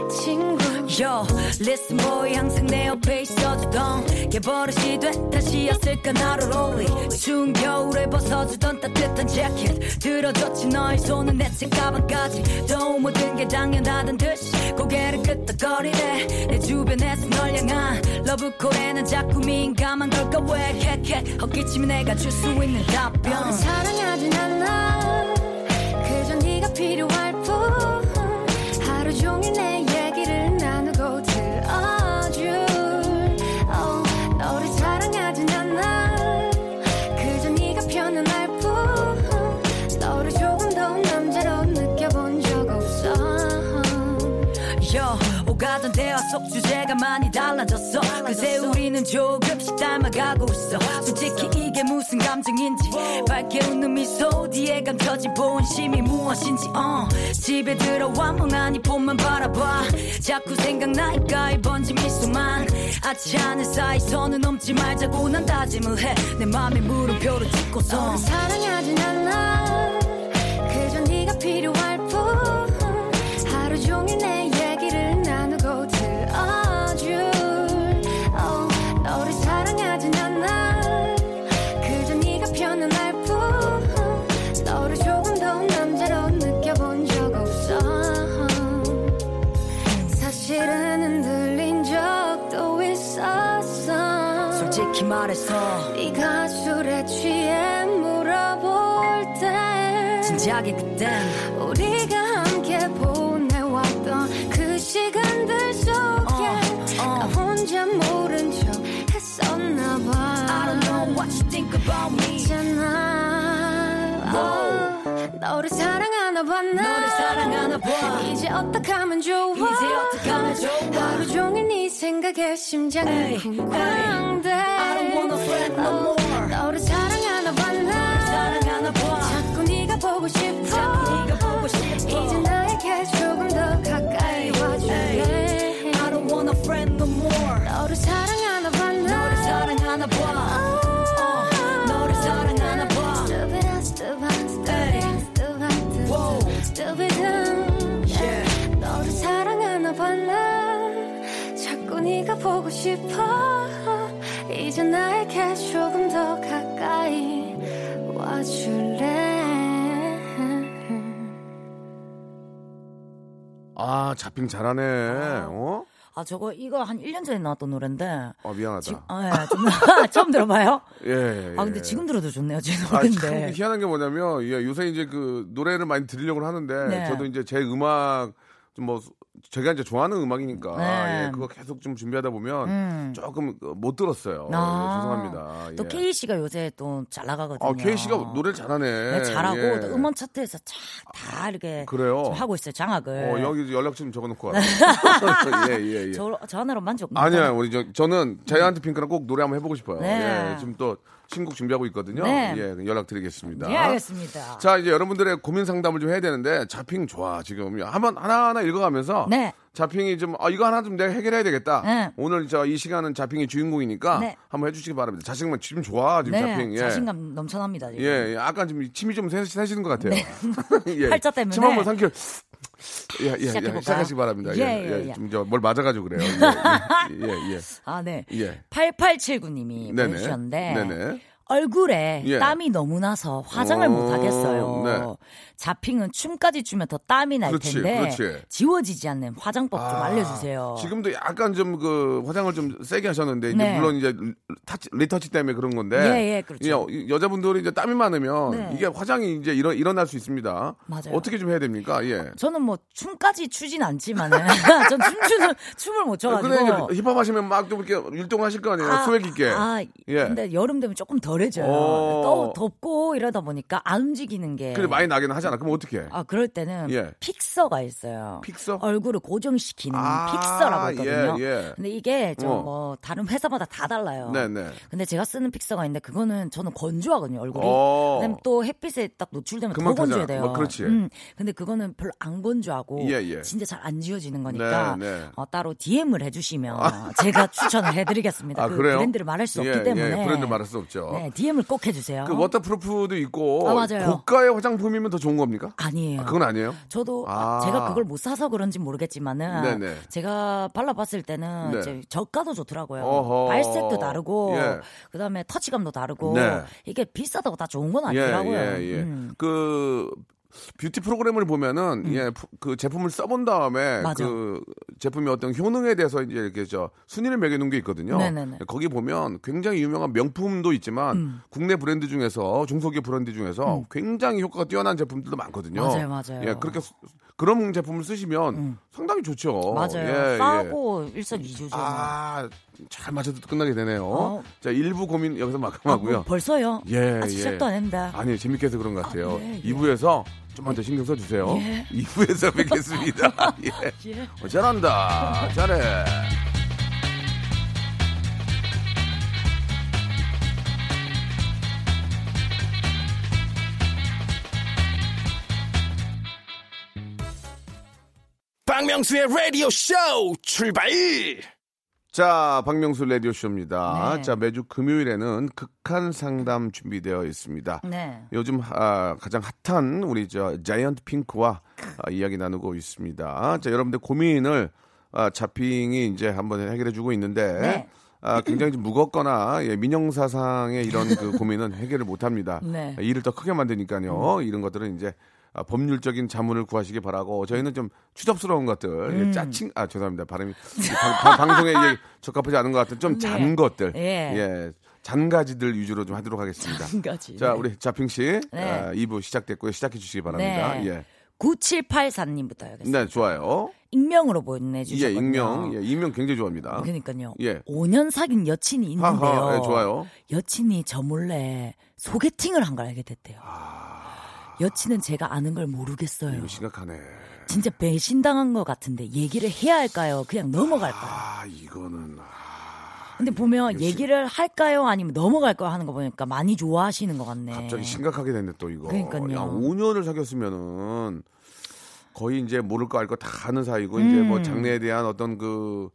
[SPEAKER 10] 친구
[SPEAKER 9] Yo, listen boy 항상 내 옆에 있어주던 개버릇이 됐다 시였을까 나를 올리 추운 겨울에 벗어주던 따뜻한 재킷 들어줬지 너의 손은 내책 가방까지 또 모든 게 당연하던 듯이 고개를 끄덕거리네 내 주변에서 널 향한 러브콜에는 자꾸 민감한 걸까 왜 캣캣 헛기침이 내가 줄 수 있는 답변
[SPEAKER 10] 너를 사랑하진 않아 그저 네가 필요할 뿐 하루 종일 내 얘기를 나누고 들어줄 oh, 너를 사랑하진 않아 그저 네가 편안할 뿐 너를 조금 더 남자로 느껴본 적 없어
[SPEAKER 9] 여 오가던 대화 속 주제가 많이 달라졌어 그새 우리는 조금씩 닮아가고 있어 솔직히 이게 무슨 감정인지 밝게 웃는 미소 뒤에 감춰진 본심이 무엇인지 어 집에 들어와 멍하니 폰만 바라봐 자꾸 생각나니까 이번지 미소만 아치 않을 사이 선을 넘지 말자고 난 다짐을 해내 맘에 물음표를 찍고서
[SPEAKER 10] 너를 사랑하진 않아 그저 네가 필요할 뿐 하루 종일 내 얘기를 나누고 들어줄 oh, 너를 사랑하진 않아 그저 네가 편안할 뿐 너를 조금 더 남자로 느껴본 적 없어 사실은 흔들린 적도 있었어
[SPEAKER 9] 솔직히 말해서
[SPEAKER 10] 네가 술에 취해 물어볼 때
[SPEAKER 9] 진지하게 그땐 어,
[SPEAKER 10] 우리가 함께 보내왔던 그 시간들 속에
[SPEAKER 9] 어, 어.
[SPEAKER 10] 나 혼자 모른 척 했었나 봐
[SPEAKER 9] I don't know what you think about me
[SPEAKER 10] 있잖아 어, 너를 사랑하나 봐나
[SPEAKER 9] 너를 사랑하나 봐.
[SPEAKER 10] 이제 어떡하면 좋아
[SPEAKER 9] 이제 어떡하면 좋아.
[SPEAKER 10] 하루 종일 네 생각에 심장이
[SPEAKER 9] 에이,
[SPEAKER 10] 쿵쾅대
[SPEAKER 9] I don't wanna fret no
[SPEAKER 10] 어,
[SPEAKER 9] more.
[SPEAKER 10] 너를 사랑하나 봐나
[SPEAKER 9] 사랑하나 봐.
[SPEAKER 10] 자꾸 네가 보고 싶어
[SPEAKER 9] 자꾸 네가 보고 싶어.
[SPEAKER 10] 이제 나에게 조금 더 가까이
[SPEAKER 9] 에이,
[SPEAKER 10] 와줄래
[SPEAKER 9] 에이. I don't want a friend no more
[SPEAKER 10] 너를 사랑하나 봐나
[SPEAKER 9] 너를 사랑하나 봐 어, 너를 사랑하나 봐 에이. Wow. Yeah.
[SPEAKER 10] 너를 사랑하나 봐난 자꾸 네가 보고 싶어 이제 나에게 조금 더 가까이 와줄래
[SPEAKER 3] 아 잡핑 잘하네. 어?
[SPEAKER 9] 아 저거 이거 한 1년 전에 나왔던 노래인데
[SPEAKER 3] 아
[SPEAKER 9] 지금,
[SPEAKER 3] 미안하다.
[SPEAKER 9] 아, 예, 좀, 처음 들어봐요?
[SPEAKER 3] 예, 예.
[SPEAKER 9] 아 근데 지금 들어도 좋네요 제
[SPEAKER 3] 아, 참
[SPEAKER 9] 노래인데
[SPEAKER 3] 희한한 게 뭐냐면 예, 요새 이제 그 노래를 많이 들으려고 하는데
[SPEAKER 9] 네.
[SPEAKER 3] 저도 이제 제 음악 좀 뭐 제가 이제 좋아하는 음악이니까
[SPEAKER 9] 네.
[SPEAKER 3] 예, 그거 계속 좀 준비하다 보면
[SPEAKER 9] 음.
[SPEAKER 3] 조금 어, 못 들었어요.
[SPEAKER 9] 아.
[SPEAKER 3] 예, 죄송합니다.
[SPEAKER 9] 또
[SPEAKER 3] 예.
[SPEAKER 9] K 씨가 요새 또 잘 나가거든요
[SPEAKER 3] 아, K 씨가 노래 를 잘하네.
[SPEAKER 9] 네, 잘하고
[SPEAKER 3] 예.
[SPEAKER 9] 또 음원 차트에서 쫙다 이렇게
[SPEAKER 3] 그래요?
[SPEAKER 9] 좀 하고 있어요 장악을
[SPEAKER 3] 어, 여기 연락 좀 적어놓고 와요. 예, 예, 예.
[SPEAKER 9] 네. 저, 전화로 만족 못
[SPEAKER 3] 아니야, 우리 저, 저는 자이언트 핑크랑 꼭 노래 한번 해보고 싶어요.
[SPEAKER 9] 네.
[SPEAKER 3] 예, 지금 또 신곡 준비하고 있거든요.
[SPEAKER 9] 네.
[SPEAKER 3] 예, 연락드리겠습니다.
[SPEAKER 9] 네, 알겠습니다.
[SPEAKER 3] 자, 이제 여러분들의 고민 상담을 좀 해야 되는데 자핑 좋아 지금 한번 하나하나 읽어가면서
[SPEAKER 9] 네.
[SPEAKER 3] 자핑이 좀 아, 이거 하나 좀 내가 해결해야 되겠다.
[SPEAKER 9] 네.
[SPEAKER 3] 오늘 저 이 시간은 자핑이 주인공이니까
[SPEAKER 9] 네.
[SPEAKER 3] 한번 해주시기 바랍니다. 자신감 지금 좋아 지금
[SPEAKER 9] 네,
[SPEAKER 3] 자핑. 예.
[SPEAKER 9] 자신감 넘쳐납니다. 지금.
[SPEAKER 3] 예, 예, 아까 지금 침이 좀 새- 새시는 것 같아요. 예.
[SPEAKER 9] 네. 팔자 때문에.
[SPEAKER 3] 침 한번 삼켜. 예, 예, 예,
[SPEAKER 9] 시작해볼까요?
[SPEAKER 3] 시작하시기 바랍니다. 예,
[SPEAKER 9] 예,
[SPEAKER 3] 예,
[SPEAKER 9] 예, 예.
[SPEAKER 3] 좀 저 뭘 맞아가지고 그래요. 예, 예, 예. 예.
[SPEAKER 9] 아, 네.
[SPEAKER 3] 예.
[SPEAKER 9] 8879님이
[SPEAKER 3] 네네.
[SPEAKER 9] 보내주셨는데
[SPEAKER 3] 네네.
[SPEAKER 9] 얼굴에
[SPEAKER 3] 예.
[SPEAKER 9] 땀이 너무 나서 화장을
[SPEAKER 3] 어,
[SPEAKER 9] 못 하겠어요.
[SPEAKER 3] 네.
[SPEAKER 9] 자핑은 춤까지 추면 더 땀이 날
[SPEAKER 3] 그렇지,
[SPEAKER 9] 텐데
[SPEAKER 3] 그렇지. 아,
[SPEAKER 9] 지워지지 않는 화장법 좀 알려주세요.
[SPEAKER 3] 지금도 약간 좀 그 화장을 좀 세게 하셨는데 이제
[SPEAKER 9] 어. 네.
[SPEAKER 3] 물론 이제 타치, 리터치 때문에 그런 건데
[SPEAKER 9] 예, 예, 그렇죠.
[SPEAKER 3] 네. 예, 여자분들이 이제 땀이 많으면
[SPEAKER 9] 네.
[SPEAKER 3] 이게 화장이 이제 일어, 일어날 수 있습니다.
[SPEAKER 9] 맞아요.
[SPEAKER 3] 어떻게 좀 해야 됩니까? 예.
[SPEAKER 9] 저는 뭐 춤까지 추진 않지만은 전 춤추는 춤을 못 춰가지고.
[SPEAKER 3] 그래 이제 힙합 하시면 막 좀 이렇게 율동하실 거 아니에요.
[SPEAKER 9] 그렇죠. 아,
[SPEAKER 3] 스웩 있게.
[SPEAKER 9] 아,
[SPEAKER 3] 예.
[SPEAKER 9] 근데 여름 되면 조금 덜해져요.
[SPEAKER 3] 어.
[SPEAKER 9] 또 덥고 이러다 보니까 안 움직이는 게.
[SPEAKER 3] 그래 많이 나긴 하잖아. 그럼 어떻게? 해?
[SPEAKER 9] 네. 아 그럴 때는
[SPEAKER 3] 예.
[SPEAKER 9] 픽서가 있어요.
[SPEAKER 3] 픽서?
[SPEAKER 9] 얼굴을 고정시키는
[SPEAKER 3] 아,
[SPEAKER 9] 픽서라고 있거든요.
[SPEAKER 3] 예, 예.
[SPEAKER 9] 근데 이게
[SPEAKER 3] 어.
[SPEAKER 9] 좀 뭐 다른 회사마다 다 달라요.
[SPEAKER 3] 네, 네.
[SPEAKER 9] 근데 제가 쓰는 픽서가 있는데 그거는 저는 건조하거든요 얼굴이.
[SPEAKER 3] 어.
[SPEAKER 9] 그다음 또 햇빛에 딱 노출되면 더
[SPEAKER 3] 금방 타잖아.
[SPEAKER 9] 건조해야 돼요. 음.
[SPEAKER 3] 뭐 그렇지.
[SPEAKER 9] 근데 그거는 별로 안 건조하고
[SPEAKER 3] 예, 예.
[SPEAKER 9] 진짜 잘 안 지워지는 거니까
[SPEAKER 3] 네, 네.
[SPEAKER 9] 어, 따로 DM을 해주시면 제가 추천을 해드리겠습니다.
[SPEAKER 3] 아,
[SPEAKER 9] 그
[SPEAKER 3] 그래요?
[SPEAKER 9] 브랜드를 말할 수
[SPEAKER 3] 예,
[SPEAKER 9] 없기 때문에
[SPEAKER 3] 예, 브랜드 말할 수 없죠.
[SPEAKER 9] 네, DM을 꼭 해주세요.
[SPEAKER 3] 그 워터프루프도 있고
[SPEAKER 9] 아, 맞아요.
[SPEAKER 3] 고가의 화장품이면 더 좋은 겁니까?
[SPEAKER 9] 아니에요.
[SPEAKER 3] 아, 그건 아니에요.
[SPEAKER 9] 저도
[SPEAKER 3] 아.
[SPEAKER 9] 제가 그걸 못 사서 그런지 모르겠지만은
[SPEAKER 3] 네네.
[SPEAKER 9] 제가 발라봤을 때는
[SPEAKER 3] 네.
[SPEAKER 9] 이제 저가도 좋더라고요.
[SPEAKER 3] 어허.
[SPEAKER 9] 발색도 다르고
[SPEAKER 3] 예.
[SPEAKER 9] 그다음에 터치감도 다르고
[SPEAKER 3] 네.
[SPEAKER 9] 이게 비싸다고 다 좋은 건
[SPEAKER 3] 예,
[SPEAKER 9] 아니더라고요.
[SPEAKER 3] 예, 예.
[SPEAKER 9] 음.
[SPEAKER 3] 그 뷰티 프로그램을 보면은 예, 푸- 그 제품을 써본 다음에
[SPEAKER 9] 맞아.
[SPEAKER 3] 그 제품의 어떤 효능에 대해서 이제 이렇게 저 순위를 매겨놓은 게 있거든요. 예,
[SPEAKER 9] 네네네. 음.
[SPEAKER 3] 거기 보면 굉장히 유명한 명품도 있지만 국내 브랜드 중에서 중소기업 브랜드 중에서 굉장히 효과가 뛰어난 제품들도 많거든요.
[SPEAKER 9] 맞아요, 맞아요. 음.
[SPEAKER 3] 예, 그렇게 수- 그런 제품을 쓰시면 상당히 좋죠.
[SPEAKER 9] 맞아요.
[SPEAKER 3] 예, 예.
[SPEAKER 9] 싸고 일석이조죠. 뭐.
[SPEAKER 3] 아, 잘 맞춰도 끝나게 되네요.
[SPEAKER 9] 어.
[SPEAKER 3] 자, 일부 고민 여기서
[SPEAKER 9] 뭐.
[SPEAKER 3] 마감하고요.
[SPEAKER 9] 아, 벌써요?
[SPEAKER 3] 예,
[SPEAKER 9] 아직
[SPEAKER 3] 예.
[SPEAKER 9] 시작도 안 했는데.
[SPEAKER 3] 아니, 재밌게 해서 그런 것 같아요. 네,
[SPEAKER 9] 아, 예, 예.
[SPEAKER 3] 2부에서 좀만 더 신경 써주세요.
[SPEAKER 9] 예.
[SPEAKER 3] 2부에서 뵙겠습니다. 예. 어, 잘한다. 잘해.
[SPEAKER 1] 박명수의 라디오 쇼 출발!
[SPEAKER 3] 자, 박명수 라디오쇼입니다.
[SPEAKER 9] 네.
[SPEAKER 3] 자, 매주 금요일에는 극한 상담 준비되어 있습니다.
[SPEAKER 9] 네.
[SPEAKER 3] 요즘 아, 가장 핫한 우리 저 자이언트 핑크와 아, 이야기 나누고 있습니다. 자, 여러분들 고민을 아, 자핑이 이제 한번 해결해 주고 있는데
[SPEAKER 9] 네.
[SPEAKER 3] 아, 굉장히 좀 무겁거나 예, 민영 사상의 이런 그 고민은 해결을 못 합니다. 아,
[SPEAKER 9] 네. 음.
[SPEAKER 3] 일을 더 크게 만드니까요. 이런 것들은 이제 아, 법률적인 자문을 구하시기 바라고 저희는 좀 추접스러운 것들
[SPEAKER 9] 음.
[SPEAKER 3] 예, 짜칭 아 죄송합니다 발음이 방, 방- 방송에 이게 적합하지 않은 것 같은 좀 잔
[SPEAKER 9] 네.
[SPEAKER 3] 것들
[SPEAKER 9] 예.
[SPEAKER 3] 예 잔가지들 위주로 좀 하도록 하겠습니다.
[SPEAKER 9] 한 가지.
[SPEAKER 3] 자, 우리 자핑 씨
[SPEAKER 9] 예. 네.
[SPEAKER 3] 아, 2부 시작됐고요. 시작해 주시기 바랍니다.
[SPEAKER 9] 네.
[SPEAKER 3] 예.
[SPEAKER 9] 9784님부터 하겠습니다.
[SPEAKER 3] 네, 좋아요.
[SPEAKER 9] 익명으로 보내주셨거든요. 어,
[SPEAKER 3] 예, 익명. 예, 익명 굉장히 좋아합니다.
[SPEAKER 9] 그러니까요.
[SPEAKER 3] 예.
[SPEAKER 9] 5년 사귄 여친이 있는데요.
[SPEAKER 3] 하하, 예, 좋아요.
[SPEAKER 9] 여친이 저 몰래 소개팅을 한 걸 알게 됐대요.
[SPEAKER 3] 아.
[SPEAKER 9] 여친은 제가 아는 걸 모르겠어요.
[SPEAKER 3] 이거 심각하네.
[SPEAKER 9] 진짜 배신당한 것 같은데 얘기를 해야 할까요? 그냥 넘어갈까요?
[SPEAKER 3] 아, 이거는 아,
[SPEAKER 9] 근데 보면 얘기를 할까요? 아니면 넘어갈까요? 하는 거 보니까 많이 좋아하시는 것 같네.
[SPEAKER 3] 갑자기 심각하게 됐네 또 이거.
[SPEAKER 9] 그러니까요.
[SPEAKER 3] 야, 5년을 사귀었으면은 거의 이제 모를 거 알 거 다 아는 사이고 이제
[SPEAKER 9] 음.
[SPEAKER 3] 뭐 장래에 대한 어떤 그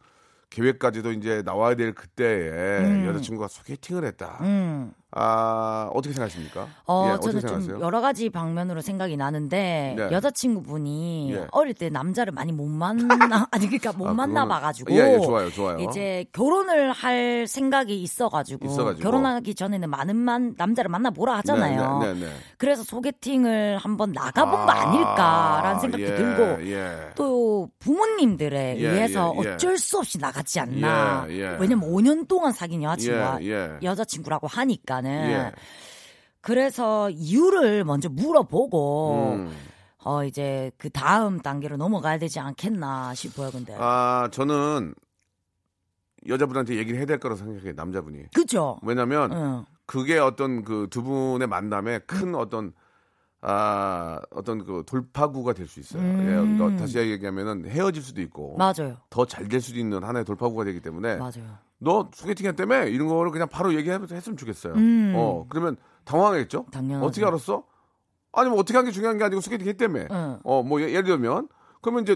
[SPEAKER 3] 계획까지도 이제 나와야 될 그때에 여자친구가 소개팅을 했다.
[SPEAKER 9] 음.
[SPEAKER 3] 아, 어떻게 생각하십니까?
[SPEAKER 9] 어,
[SPEAKER 3] 예, 어떻게
[SPEAKER 9] 저는 좀
[SPEAKER 3] 생각하세요?
[SPEAKER 9] 여러 가지 방면으로 생각이 나는데
[SPEAKER 3] 네.
[SPEAKER 9] 여자친구분이
[SPEAKER 3] 예.
[SPEAKER 9] 어릴 때 남자를 많이 못 만나 아니 그러니까 못
[SPEAKER 3] 아,
[SPEAKER 9] 만나
[SPEAKER 3] 그거는-
[SPEAKER 9] 봐가지고
[SPEAKER 3] 예, 예, 좋아요, 좋아요.
[SPEAKER 9] 이제 결혼을 할 생각이 있어가지고,
[SPEAKER 3] 있어가지고.
[SPEAKER 9] 결혼하기 전에는 많은 만 남자를 만나보라 하잖아요.
[SPEAKER 3] 네, 네, 네, 네.
[SPEAKER 9] 그래서 소개팅을 한번 나가본 거
[SPEAKER 3] 아,
[SPEAKER 9] 아닐까라는 생각도
[SPEAKER 3] 예,
[SPEAKER 9] 들고
[SPEAKER 3] 예.
[SPEAKER 9] 또 부모님들에
[SPEAKER 3] 예,
[SPEAKER 9] 의해서
[SPEAKER 3] 예, 예.
[SPEAKER 9] 어쩔 수 없이 나가지 않나.
[SPEAKER 3] 예, 예.
[SPEAKER 9] 왜냐면 5년 동안 사귄 여자친구와
[SPEAKER 3] 예, 예.
[SPEAKER 9] 여자친구라고 하니까는
[SPEAKER 3] 예.
[SPEAKER 9] 그래서 이유를 먼저 물어보고
[SPEAKER 3] 음.
[SPEAKER 9] 어 이제 그 다음 단계로 넘어가야 되지 않겠나 싶어요. 근데
[SPEAKER 3] 아 저는 여자분한테 얘기를 해야 될 거라고 생각해요 남자분이
[SPEAKER 9] 그죠?
[SPEAKER 3] 왜냐면
[SPEAKER 9] 응.
[SPEAKER 3] 그게 어떤 그 두 분의 만남에 큰 어떤 아 어떤 그 돌파구가 될 수 있어요 예 그러니까 다시 얘기하면은 헤어질 네. 수도 있고
[SPEAKER 9] 음. 맞아요.
[SPEAKER 3] 더 잘 될 수도 있는 하나의 돌파구가 되기 때문에
[SPEAKER 9] 맞아요.
[SPEAKER 3] 너 소개팅 했다며 이런 거를 그냥 바로 얘기했으면 좋겠어요
[SPEAKER 9] 음.
[SPEAKER 3] 어 그러면 당황했죠
[SPEAKER 9] 당연하죠.
[SPEAKER 3] 어떻게 알았어 아니 뭐 어떻게 한 게 중요한 게 아니고 소개팅 했다며
[SPEAKER 9] 응.
[SPEAKER 3] 어 뭐 예를 들면 그러면 이제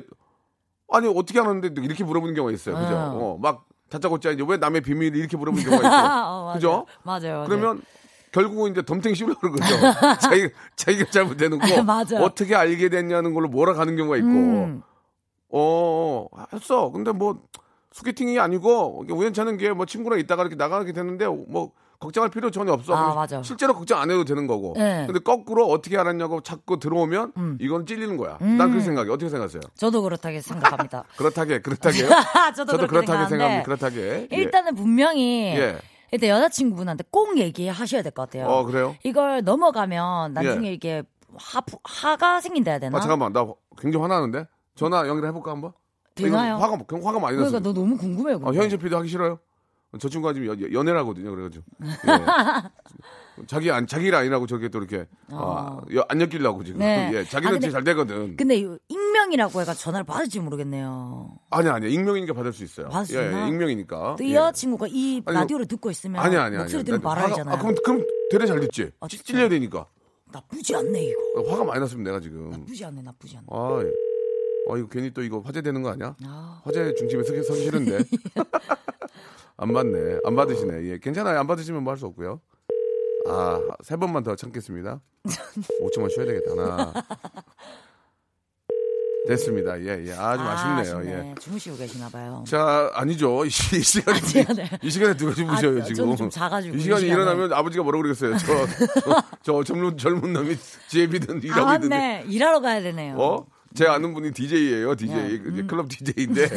[SPEAKER 3] 아니 어떻게 하는데 이렇게 물어보는 경우가 있어요. 그죠?
[SPEAKER 9] 어.
[SPEAKER 3] 어, 막 다짜고짜 이제 왜 남의 비밀을 이렇게 물어보는 경우가 있어요.
[SPEAKER 9] 어, 맞아요.
[SPEAKER 3] 그죠?
[SPEAKER 9] 맞아요.
[SPEAKER 3] 그러면 결국은 이제 덤탱이 씹으려는 거죠. 자기, 자기가 잘못되는 거.
[SPEAKER 9] 아, 맞아요.
[SPEAKER 3] 어떻게 알게 됐냐는 걸로 몰아가는 경우가 있고.
[SPEAKER 9] 음.
[SPEAKER 3] 어, 했어. 근데 뭐 소개팅이 아니고 우연찮은 게 뭐 친구랑 있다가 이렇게 나가게 됐는데 뭐 걱정할 필요 전혀 없어.
[SPEAKER 9] 아,
[SPEAKER 3] 그럼
[SPEAKER 9] 맞아.
[SPEAKER 3] 실제로 걱정 안 해도 되는 거고.
[SPEAKER 9] 네. 음.
[SPEAKER 3] 근데 거꾸로 어떻게 알았냐고 자꾸 들어오면 이건 찔리는 거야. 난 그렇게 생각해. 어떻게 생각하세요?
[SPEAKER 9] 저도 그렇다고 생각합니다.
[SPEAKER 3] 그렇다게, 그렇다게요?
[SPEAKER 9] 저도, 그렇게
[SPEAKER 3] 그렇다게
[SPEAKER 9] 생각하는데
[SPEAKER 3] 생각합니다. 그렇다게. 예.
[SPEAKER 9] 일단은 분명히
[SPEAKER 3] 예.
[SPEAKER 9] 일단 여자친구분한테 꼭 얘기하셔야 될 것 같아요.
[SPEAKER 3] 어, 그래요?
[SPEAKER 9] 이걸 넘어가면 나중에
[SPEAKER 3] 예.
[SPEAKER 9] 이게 하, 화가 생긴다 해야 되나?
[SPEAKER 3] 아, 잠깐만. 나 굉장히 화나는데? 전화 연결해볼까 한번?
[SPEAKER 9] 되나요?
[SPEAKER 3] 이거 화가, 그럼 화가 많이
[SPEAKER 9] 그러니까
[SPEAKER 3] 났어.
[SPEAKER 9] 너 너무 궁금해요.
[SPEAKER 3] 어,
[SPEAKER 9] 근데.
[SPEAKER 3] 현실 PD 하기 싫어요? 저 친구가 지금 연- 연애를 하거든요. 그래가지고. 예. 자기 안, 자기 일 아니라고 저렇게 또 이렇게. 아, 여- 안 엮이려고 지금.
[SPEAKER 9] 어. 네.
[SPEAKER 3] 예.
[SPEAKER 9] 아,
[SPEAKER 3] 자기는
[SPEAKER 9] 근데-
[SPEAKER 3] 제일 잘 되거든.
[SPEAKER 9] 근데 이 익명이라고 해가 전화를 받을지 모르겠네요.
[SPEAKER 3] 아니, 아니. 익명이니까 받을 수 있어요.
[SPEAKER 9] 받을 수
[SPEAKER 3] 예,
[SPEAKER 9] 있나?
[SPEAKER 3] 예, 익명이니까.
[SPEAKER 9] 또
[SPEAKER 3] 예.
[SPEAKER 9] 이 여자친구가 이
[SPEAKER 3] 아니,
[SPEAKER 9] 라디오를 듣고 있으면
[SPEAKER 3] 아니, 아니, 아니.
[SPEAKER 9] 목소리
[SPEAKER 3] 나
[SPEAKER 9] 들으면 말아야
[SPEAKER 3] 화가-
[SPEAKER 9] 되잖아요.
[SPEAKER 3] 아, 그럼, 그럼 되레 잘 듣지?
[SPEAKER 9] 아,
[SPEAKER 3] 찔-
[SPEAKER 9] 진짜.
[SPEAKER 3] 찔려야 되니까.
[SPEAKER 9] 나쁘지 않네 이거.
[SPEAKER 3] 어, 화가 많이 났으면 내가 지금.
[SPEAKER 9] 나쁘지 않네 나쁘지 않네.
[SPEAKER 3] 아, 예. 어, 이거 괜히 또 이거 화제되는 거 아니야?
[SPEAKER 9] 아,
[SPEAKER 3] 화제 중심에 서기, 서기 싫은데. 안 받네. 안 받으시네. 예, 괜찮아요. 안 받으시면 뭐 할 수 없고요. 아, 세 번만 더 참겠습니다. 5초만 쉬어야 되겠다. 하나. 됐습니다. 예, 예. 아주 아, 쉽네요
[SPEAKER 9] 아쉽네.
[SPEAKER 3] 예.
[SPEAKER 9] 주무시고 계시나 봐요.
[SPEAKER 3] 자, 아니죠. 이, 시- 이 시간에.
[SPEAKER 9] 미안해요.
[SPEAKER 3] 이 시간에 누가 주무셔요,
[SPEAKER 9] 아,
[SPEAKER 3] 지금.
[SPEAKER 9] 저는 좀 자가지고
[SPEAKER 3] 이 시간에
[SPEAKER 9] 이 시간에.
[SPEAKER 3] 일어나면 아버지가 뭐라 그러겠어요. 저, 저, 저 젊은, 젊은 놈이 제비든
[SPEAKER 9] 아
[SPEAKER 3] 일하고 있는데.
[SPEAKER 9] 맞네. 일하러 가야 되네요. 네. 음.
[SPEAKER 3] 어? 제가 아는 분이 DJ예요, DJ. 이제 클럽 DJ인데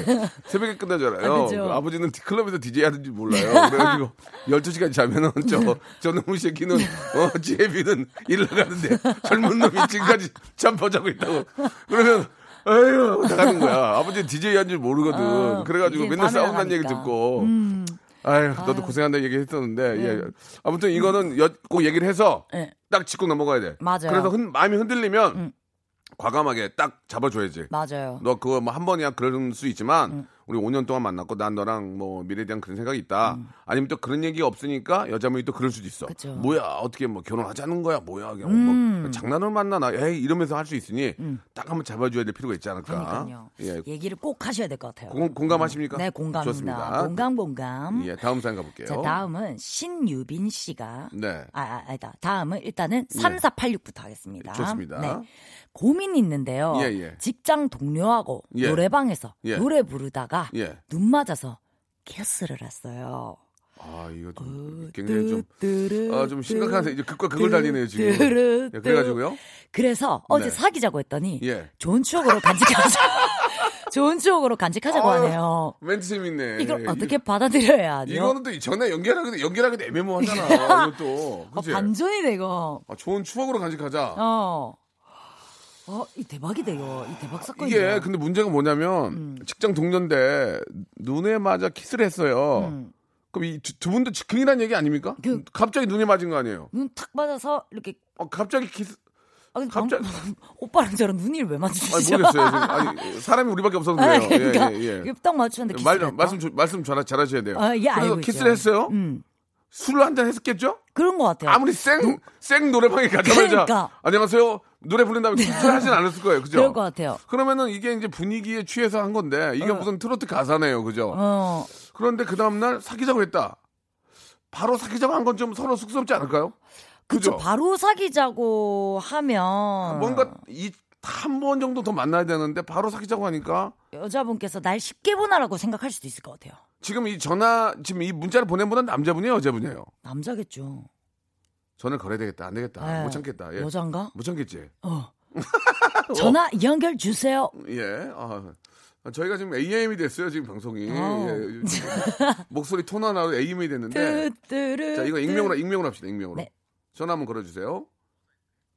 [SPEAKER 3] 새벽에 끝나잖아요.
[SPEAKER 9] 아, 그죠.
[SPEAKER 3] 그 아버지는 클럽에서 DJ 하는지 몰라요. 그래가지고 12시간 자면은
[SPEAKER 9] 네.
[SPEAKER 3] 저, 저 놈의 새끼는 어, 제비는 일러 가는데 젊은 놈이 지금까지 잠퍼 자고 있다고. 그러면 에휴, 나가는 거야. 아버지 DJ 한줄 모르거든.
[SPEAKER 9] 아,
[SPEAKER 3] 그래가지고
[SPEAKER 9] 이제
[SPEAKER 3] 맨날
[SPEAKER 9] 밤에
[SPEAKER 3] 싸운다는 얘기
[SPEAKER 9] 나가니까. 음.
[SPEAKER 3] 듣고. 아유, 너도 고생한다 얘기했었는데, 예. 아무튼 이거는 여- 꼭 얘기를 해서
[SPEAKER 9] 네.
[SPEAKER 3] 딱 짚고 넘어가야 돼.
[SPEAKER 9] 맞아요.
[SPEAKER 3] 그래서 흔- 마음이 흔들리면 과감하게 딱 잡아줘야지.
[SPEAKER 9] 맞아요.
[SPEAKER 3] 너 그거 뭐 한 번이야 그럴 수 있지만 우리 5년 동안 만났고 난 너랑 뭐 미래에 대한 그런 생각이 있다. 아니면 또 그런 얘기 없으니까 여자분이 또 그럴 수도 있어.
[SPEAKER 9] 그쵸. 음.
[SPEAKER 3] 뭐야 어떻게 뭐 결혼하자는 거야 뭐야 그냥 뭐 장난으로 만나나 에이 이러면서 할 수 있으니 딱 한번 잡아줘야 될 필요가 있지 않을까.
[SPEAKER 9] 그러니까요.
[SPEAKER 3] 예,
[SPEAKER 9] 얘기를 꼭 하셔야 될 것 같아요.
[SPEAKER 3] 공, 감하십니까
[SPEAKER 9] 네 공감입니다.
[SPEAKER 3] 좋습니다.
[SPEAKER 9] 공감 공감.
[SPEAKER 3] 예, 다음 사연 가볼게요.
[SPEAKER 9] 자 다음은 신유빈 씨가
[SPEAKER 3] 네. 예.
[SPEAKER 9] 아, 아 아니다. 다음은 일단은 3486부터 하겠습니다. 네.
[SPEAKER 3] 좋습니다.
[SPEAKER 9] 고민이 있는데요.
[SPEAKER 3] 예, 예.
[SPEAKER 9] 직장 동료하고
[SPEAKER 3] 예.
[SPEAKER 9] 노래방에서
[SPEAKER 3] 예.
[SPEAKER 9] 노래 부르다가
[SPEAKER 3] 예.
[SPEAKER 9] 눈 맞아서 키스를 했어요.
[SPEAKER 3] 아 이거 좀 굉장히 좀
[SPEAKER 9] 어, 뚜뚜루,
[SPEAKER 3] 아, 좀 심각한
[SPEAKER 9] 뚜,
[SPEAKER 3] 이제 극과 극을 달리네요 지금.
[SPEAKER 9] 뚜루,
[SPEAKER 3] 예, 그래가지고요.
[SPEAKER 9] 그래서 어제
[SPEAKER 3] 네.
[SPEAKER 9] 사귀자고 했더니
[SPEAKER 3] 예.
[SPEAKER 9] 좋은 추억으로 간직하자. 좋은 추억으로 간직하자고
[SPEAKER 3] 아유,
[SPEAKER 9] 하네요.
[SPEAKER 3] 멘트 재밌네.
[SPEAKER 9] 이걸 어떻게
[SPEAKER 3] 이-
[SPEAKER 9] 받아들여야 하죠?
[SPEAKER 3] 이거는 또 전에 연결하게 연결하게 도 애매모호하잖아. 이거 또.
[SPEAKER 9] 어,
[SPEAKER 3] 그치?
[SPEAKER 9] 반전이네 이거.
[SPEAKER 3] 아, 좋은 추억으로 간직하자.
[SPEAKER 9] 어. 어, 이 대박이다 이거. 이 대박 사건이다.
[SPEAKER 3] 이게 근데 문제가 뭐냐면
[SPEAKER 9] 음.
[SPEAKER 3] 직장 동료인데 눈에 맞아 키스를 했어요. 그럼 이 두 분도 즉흥이란 얘기 아닙니까?
[SPEAKER 9] 음. 그-
[SPEAKER 3] 갑자기 눈에 맞은 거 아니에요?
[SPEAKER 9] 눈탁 맞아서 이렇게
[SPEAKER 3] 어, 갑자기 키스
[SPEAKER 9] 아, 근데
[SPEAKER 3] 갑자기-
[SPEAKER 9] 방- 오빠랑 저랑 눈이 왜
[SPEAKER 3] 아니
[SPEAKER 9] 맞추시죠?
[SPEAKER 3] 모르겠어요. 지금. 아니 사람이 우리밖에 없어서
[SPEAKER 9] 아,
[SPEAKER 3] 그래요.
[SPEAKER 9] 그러니까
[SPEAKER 3] 예, 예, 예.
[SPEAKER 9] 이거 딱 맞추는데 키스
[SPEAKER 3] 말, 말씀 조- 말씀 잘 잘하셔야 돼요.
[SPEAKER 9] 아, 예,
[SPEAKER 3] 그래서
[SPEAKER 9] 알고
[SPEAKER 3] 키스를
[SPEAKER 9] 있죠.
[SPEAKER 3] 했어요.
[SPEAKER 9] 음.
[SPEAKER 3] 술로 한잔 했겠죠?
[SPEAKER 9] 그런 것 같아요.
[SPEAKER 3] 아무리 쌩, 쌩 노래방에 가자마자
[SPEAKER 9] 음. 그러니까.
[SPEAKER 3] 안녕하세요 노래 부른 다음에 키스를 하진 않았을 거예요, 그죠?
[SPEAKER 9] 그럴 것 같아요.
[SPEAKER 3] 그러면은 이게 이제 분위기에 취해서 한 건데 이게 무슨 트로트 가사네요, 그죠?
[SPEAKER 9] 어,
[SPEAKER 3] 그런데 그 다음 날 사귀자고 했다. 바로 사귀자고 한 건 좀 서로 쑥스럽지 않을까요?
[SPEAKER 9] 그쵸.
[SPEAKER 3] 그죠?
[SPEAKER 9] 바로 어. 사귀자고 하면
[SPEAKER 3] 뭔가 이한번 정도 더 만나야 되는데 바로 사귀자고 하니까
[SPEAKER 9] 여자분께서 날 쉽게 보나라고 생각할 수도 있을 것 같아요.
[SPEAKER 3] 지금 이 전화 지금 이 문자를 보낸 분은 남자분이에요, 여자분이에요?
[SPEAKER 9] 남자겠죠.
[SPEAKER 3] 전화 걸어야 되겠다, 안 되겠다,
[SPEAKER 9] 네.
[SPEAKER 3] 못 참겠다, 예.
[SPEAKER 9] 여잔가?
[SPEAKER 3] 못 참겠지.
[SPEAKER 9] 어. 전화 연결 주세요.
[SPEAKER 3] 예. 아, 저희가 지금 AM이 됐어요. 지금 방송이.
[SPEAKER 9] 어.
[SPEAKER 3] 예, 목소리 톤 하나로 AM이 됐는데.
[SPEAKER 9] 뚜뚜루.
[SPEAKER 3] 네. 자, 이거 익명으로 익명으로 합시다. 익명으로.
[SPEAKER 9] 네.
[SPEAKER 3] 전화 한번 걸어 주세요.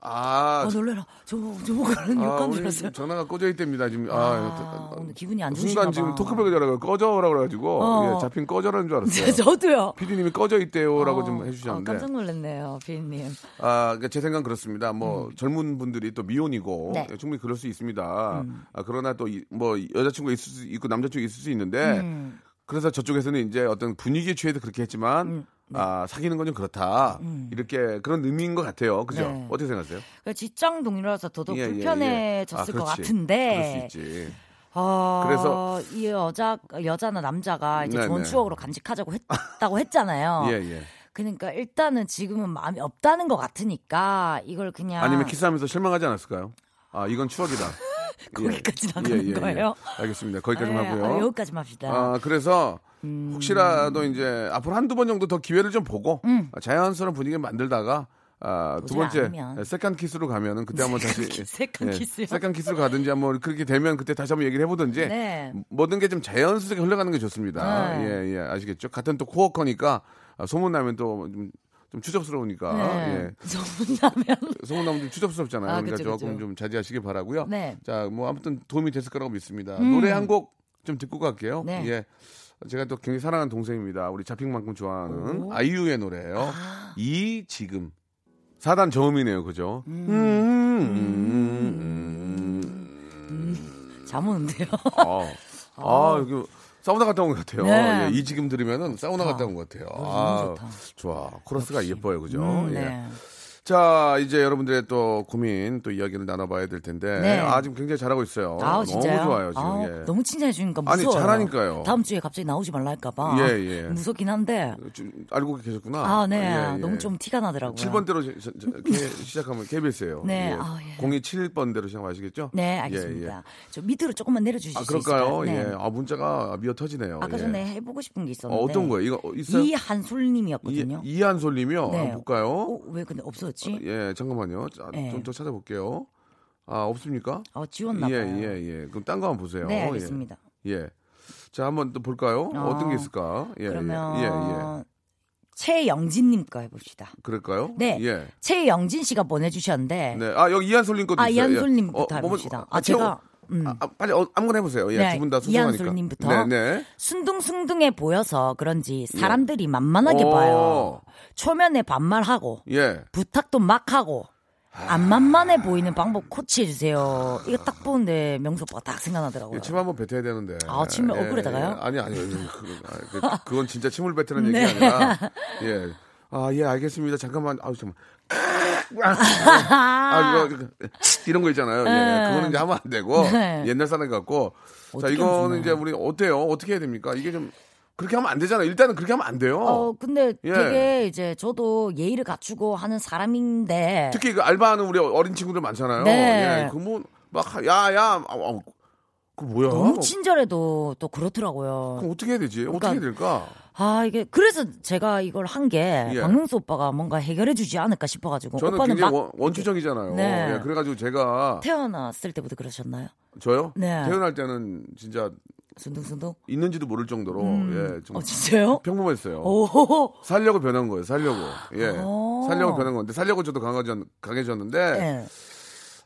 [SPEAKER 3] 아,
[SPEAKER 9] 아, 놀래라. 저, 저보고 그런 욕감
[SPEAKER 3] 오늘
[SPEAKER 9] 들었어요.
[SPEAKER 3] 지금 전화가 꺼져 있답니다. 지금 아,
[SPEAKER 9] 아,
[SPEAKER 3] 이거 또-
[SPEAKER 9] 오늘 기분이 안 좋으신가
[SPEAKER 3] 순간
[SPEAKER 9] 봐.
[SPEAKER 3] 지금 토크백을 전화가 꺼져라 그래 가지고
[SPEAKER 9] 어.
[SPEAKER 3] 예, 잡힌 꺼져라는 줄
[SPEAKER 9] 저-
[SPEAKER 3] 알았어요.
[SPEAKER 9] 저도요.
[SPEAKER 3] 피디님이 꺼져 있대요라고
[SPEAKER 9] 어,
[SPEAKER 3] 좀해
[SPEAKER 9] 어,
[SPEAKER 3] 주셨는데.
[SPEAKER 9] 깜짝 놀랐네요, 비님.
[SPEAKER 3] 아, 그러니까 제 생각은 그렇습니다. 뭐 젊은 분들이 또 미혼이고
[SPEAKER 9] 음. 네. 음.
[SPEAKER 3] 충분히 그럴 수 있습니다. 아, 그러나 또 뭐 여자친구가 있을 수 있고 남자친구가 있을 수 있는데
[SPEAKER 9] 음.
[SPEAKER 3] 그래서 저쪽에서는 이제 어떤 분위기에 취해서 그렇게 했지만
[SPEAKER 9] 음, 네.
[SPEAKER 3] 아, 사귀는 건 좀 그렇다. 이렇게 그런 의미인 것 같아요. 그죠?
[SPEAKER 9] 네.
[SPEAKER 3] 어떻게 생각하세요?
[SPEAKER 9] 그 직장 동료라서 더더욱
[SPEAKER 3] 예, 예, 예.
[SPEAKER 9] 불편해졌을
[SPEAKER 3] 아,
[SPEAKER 9] 것
[SPEAKER 3] 그렇지.
[SPEAKER 9] 같은데.
[SPEAKER 3] 그럴 수 있지.
[SPEAKER 9] 아,
[SPEAKER 3] 그래서-
[SPEAKER 9] 이 여자 여자나 남자가 이제
[SPEAKER 3] 네,
[SPEAKER 9] 좋은
[SPEAKER 3] 네.
[SPEAKER 9] 추억으로 간직하자고 했다고 했잖아요.
[SPEAKER 3] 예, 예.
[SPEAKER 9] 그러니까 일단은 지금은 마음이 없다는 것 같으니까 이걸 그냥
[SPEAKER 3] 아니면 키스하면서 실망하지 않았을까요? 아, 이건 추억이다.
[SPEAKER 9] 거기까지 나가는 거예요?
[SPEAKER 3] 알겠습니다. 거기까지
[SPEAKER 9] 예,
[SPEAKER 3] 하고요.
[SPEAKER 9] 아, 여기까지만 합시다.
[SPEAKER 3] 아, 그래서 혹시라도 이제 앞으로 한두 번 정도 더 기회를 좀 보고 자연스러운 분위기 만들다가 아, 두
[SPEAKER 9] 음. 보질
[SPEAKER 3] 번째
[SPEAKER 9] 않으면.
[SPEAKER 3] 세컨 키스로 가면은 그때 한번 다시
[SPEAKER 9] 세컨
[SPEAKER 3] 예,
[SPEAKER 9] 키스요?
[SPEAKER 3] 세컨 키스로 가든지 한번 그렇게 되면 그때 다시 한번 얘기를 해보든지
[SPEAKER 9] 네.
[SPEAKER 3] 모든 게 좀 자연스럽게 흘러가는 게 좋습니다.
[SPEAKER 9] 네.
[SPEAKER 3] 예, 예, 아시겠죠? 같은 또 코어커니까 아, 소문나면 또 좀, 좀 추접스러우니까.
[SPEAKER 9] 네.
[SPEAKER 3] 예.
[SPEAKER 9] 소문나면
[SPEAKER 3] 소문나면 좀 추접스럽잖아요.
[SPEAKER 9] 아,
[SPEAKER 3] 그러니까
[SPEAKER 9] 그쵸, 그쵸.
[SPEAKER 3] 조금 좀 자제하시길 바라고요.
[SPEAKER 9] 네. 음.
[SPEAKER 3] 자, 뭐 아무튼 도움이 됐을 거라고 믿습니다. 노래 한 곡 좀 듣고 갈게요.
[SPEAKER 9] 네.
[SPEAKER 3] 예. 제가 또 굉장히 사랑하는 동생입니다. 우리 잡핑만큼 좋아하는 아이유의 노래예요. 이 지금 4단 저음이네요. 그죠? 음, 음,
[SPEAKER 9] 잠 오는데요.
[SPEAKER 3] 아, 아, 이거 사우나 갔다 온 것 같아요.
[SPEAKER 9] 네.
[SPEAKER 3] 예, 이 지금 들으면은 사우나 갔다 온 것 같아요. 아,
[SPEAKER 9] 너무 좋다.
[SPEAKER 3] 좋아. 코러스가 예뻐요, 그죠?
[SPEAKER 9] 음,
[SPEAKER 3] 예.
[SPEAKER 9] 네.
[SPEAKER 3] 자, 이제 여러분들의 또 고민, 또 이야기를 나눠봐야 될 텐데.
[SPEAKER 9] 네.
[SPEAKER 3] 아, 지금 굉장히 잘하고 있어요.
[SPEAKER 9] 아우 진짜요?
[SPEAKER 3] 너무 좋아요, 지금.
[SPEAKER 9] 아우,
[SPEAKER 3] 예.
[SPEAKER 9] 너무 칭찬해 주니까
[SPEAKER 3] 아니,
[SPEAKER 9] 무서워요.
[SPEAKER 3] 잘하니까요.
[SPEAKER 9] 다음 주에 갑자기 나오지 말라 할까봐.
[SPEAKER 3] 예, 예.
[SPEAKER 9] 무섭긴 한데.
[SPEAKER 3] 좀 알고 계셨구나.
[SPEAKER 9] 아, 네.
[SPEAKER 3] 예, 예.
[SPEAKER 9] 너무 좀 티가 나더라고요.
[SPEAKER 3] 7번대로 시- 시- 시- K- 시작하면 KBS예요.
[SPEAKER 9] 네, 아우, 예.
[SPEAKER 3] 027번대로 시작하시겠죠?
[SPEAKER 9] 네,
[SPEAKER 3] 예, 예.
[SPEAKER 9] 알겠습니다. 저 밑으로 조금만 내려 주실
[SPEAKER 3] 아,
[SPEAKER 9] 수 있을까요?
[SPEAKER 3] 그럴까요?
[SPEAKER 9] 네.
[SPEAKER 3] 예. 아, 문자가 미어 터지네요.
[SPEAKER 9] 아까
[SPEAKER 3] 예.
[SPEAKER 9] 전에 해보고 싶은
[SPEAKER 3] 어,
[SPEAKER 9] 게 있었는데.
[SPEAKER 3] 어떤 거예요? 이거 있어요?
[SPEAKER 9] 이한솔님이었거든요.
[SPEAKER 3] 이, 한솔 님이요?
[SPEAKER 9] 네.
[SPEAKER 3] 한번 볼까요?
[SPEAKER 9] 어, 왜 근데 없어졌지?
[SPEAKER 3] 예, 잠깐만요. 자,
[SPEAKER 9] 예.
[SPEAKER 3] 좀더 찾아볼게요. 아, 없습니까?
[SPEAKER 9] 어, 지웠나
[SPEAKER 3] 예,
[SPEAKER 9] 봐요.
[SPEAKER 3] 예, 예. 그럼 딴 거 한번 보세요.
[SPEAKER 9] 네,
[SPEAKER 3] 예.
[SPEAKER 9] 알겠습니다.
[SPEAKER 3] 예. 자, 한번 또 볼까요?
[SPEAKER 9] 어,
[SPEAKER 3] 어, 떤게 있을까? 예,
[SPEAKER 9] 그러면
[SPEAKER 3] 예, 예, 예.
[SPEAKER 9] 최영진님 거 해봅시다.
[SPEAKER 3] 그럴까요?
[SPEAKER 9] 네.
[SPEAKER 3] 예.
[SPEAKER 9] 최영진 씨가 보내주셨는데.
[SPEAKER 3] 네. 아, 여기 이한솔님 것도
[SPEAKER 9] 아,
[SPEAKER 3] 있어요. 예.
[SPEAKER 9] 이한솔님부터
[SPEAKER 3] 어, 뭐,
[SPEAKER 9] 해봅시다.
[SPEAKER 3] 아,
[SPEAKER 9] 아,
[SPEAKER 3] 채워-
[SPEAKER 9] 제가. 음.
[SPEAKER 3] 아, 아, 빨리 어, 아무거나 해보세요. 예,
[SPEAKER 9] 네,
[SPEAKER 3] 두 분 다 소중하니까. 네,
[SPEAKER 9] 이한솔님부터.
[SPEAKER 3] 네.
[SPEAKER 9] 순둥순둥해 보여서 그런지 사람들이 만만하게
[SPEAKER 3] 예. 오.
[SPEAKER 9] 봐요. 초면에 반말하고
[SPEAKER 3] 예.
[SPEAKER 9] 부탁도 막 하고
[SPEAKER 3] 아.
[SPEAKER 9] 안 만만해 보이는 방법 코치해 주세요. 이거 딱 보는데 명수 오빠가 딱 생각나더라고요.
[SPEAKER 3] 예, 침 한번 뱉어야 되는데. 예,
[SPEAKER 9] 아, 침을 얼굴에다가요? 네.
[SPEAKER 3] 아니, 아니, 아니. 그건, 아니, 그- 그건 진짜 침을 뱉으라는 얘기 아니라. 예. 아, 예, 알겠습니다. 잠깐만. 아우, 잠깐만. 아, 이거, 이런 거 있잖아요. 예, 그거는 이제 하면 안 되고,
[SPEAKER 9] 네.
[SPEAKER 3] 옛날 사람 같고. 자,
[SPEAKER 9] 어떻게
[SPEAKER 3] 이거는
[SPEAKER 9] 하시나요?
[SPEAKER 3] 이제 우리 어때요? 어떻게 해야 됩니까? 이게 좀, 그렇게 하면 안 되잖아요. 일단은 그렇게 하면 안 돼요.
[SPEAKER 9] 어 근데
[SPEAKER 3] 예.
[SPEAKER 9] 되게 이제 저도 예의를 갖추고 하는 사람인데
[SPEAKER 3] 특히 그 알바하는 우리 어린 친구들 많잖아요.
[SPEAKER 9] 네.
[SPEAKER 3] 예, 그 뭐, 막, 야, 야, 아, 아, 그 뭐야?
[SPEAKER 9] 너무 그러니까 친절해도 또 그렇더라고요.
[SPEAKER 3] 그럼 어떻게 해야 되지? 어떻게 해야 될까?
[SPEAKER 9] 아 이게 그래서 제가 이걸 한 게
[SPEAKER 3] 예.
[SPEAKER 9] 박명수 오빠가 뭔가 해결해 주지 않을까 싶어가지고
[SPEAKER 3] 저는
[SPEAKER 9] 뭐
[SPEAKER 3] 뭐
[SPEAKER 9] 오빠는 막
[SPEAKER 3] 굉장히 원- 원초적이잖아요.
[SPEAKER 9] 네.
[SPEAKER 3] 예, 그래가지고 제가,
[SPEAKER 9] 태어났을 때부터 그러셨나요?
[SPEAKER 3] 저요?
[SPEAKER 9] 네.
[SPEAKER 3] 태어날 때는 진짜
[SPEAKER 9] 순둥순둥.
[SPEAKER 3] 있는지도 모를 정도로, 어, 예, 좀
[SPEAKER 9] 어 진짜요?
[SPEAKER 3] 평범했어요.
[SPEAKER 9] 오.
[SPEAKER 3] 살려고 변한 거예요. 살려고. 예.
[SPEAKER 9] 오.
[SPEAKER 3] 살려고 변한 건데 살려고 저도 강해졌, 강해졌는데
[SPEAKER 9] 예.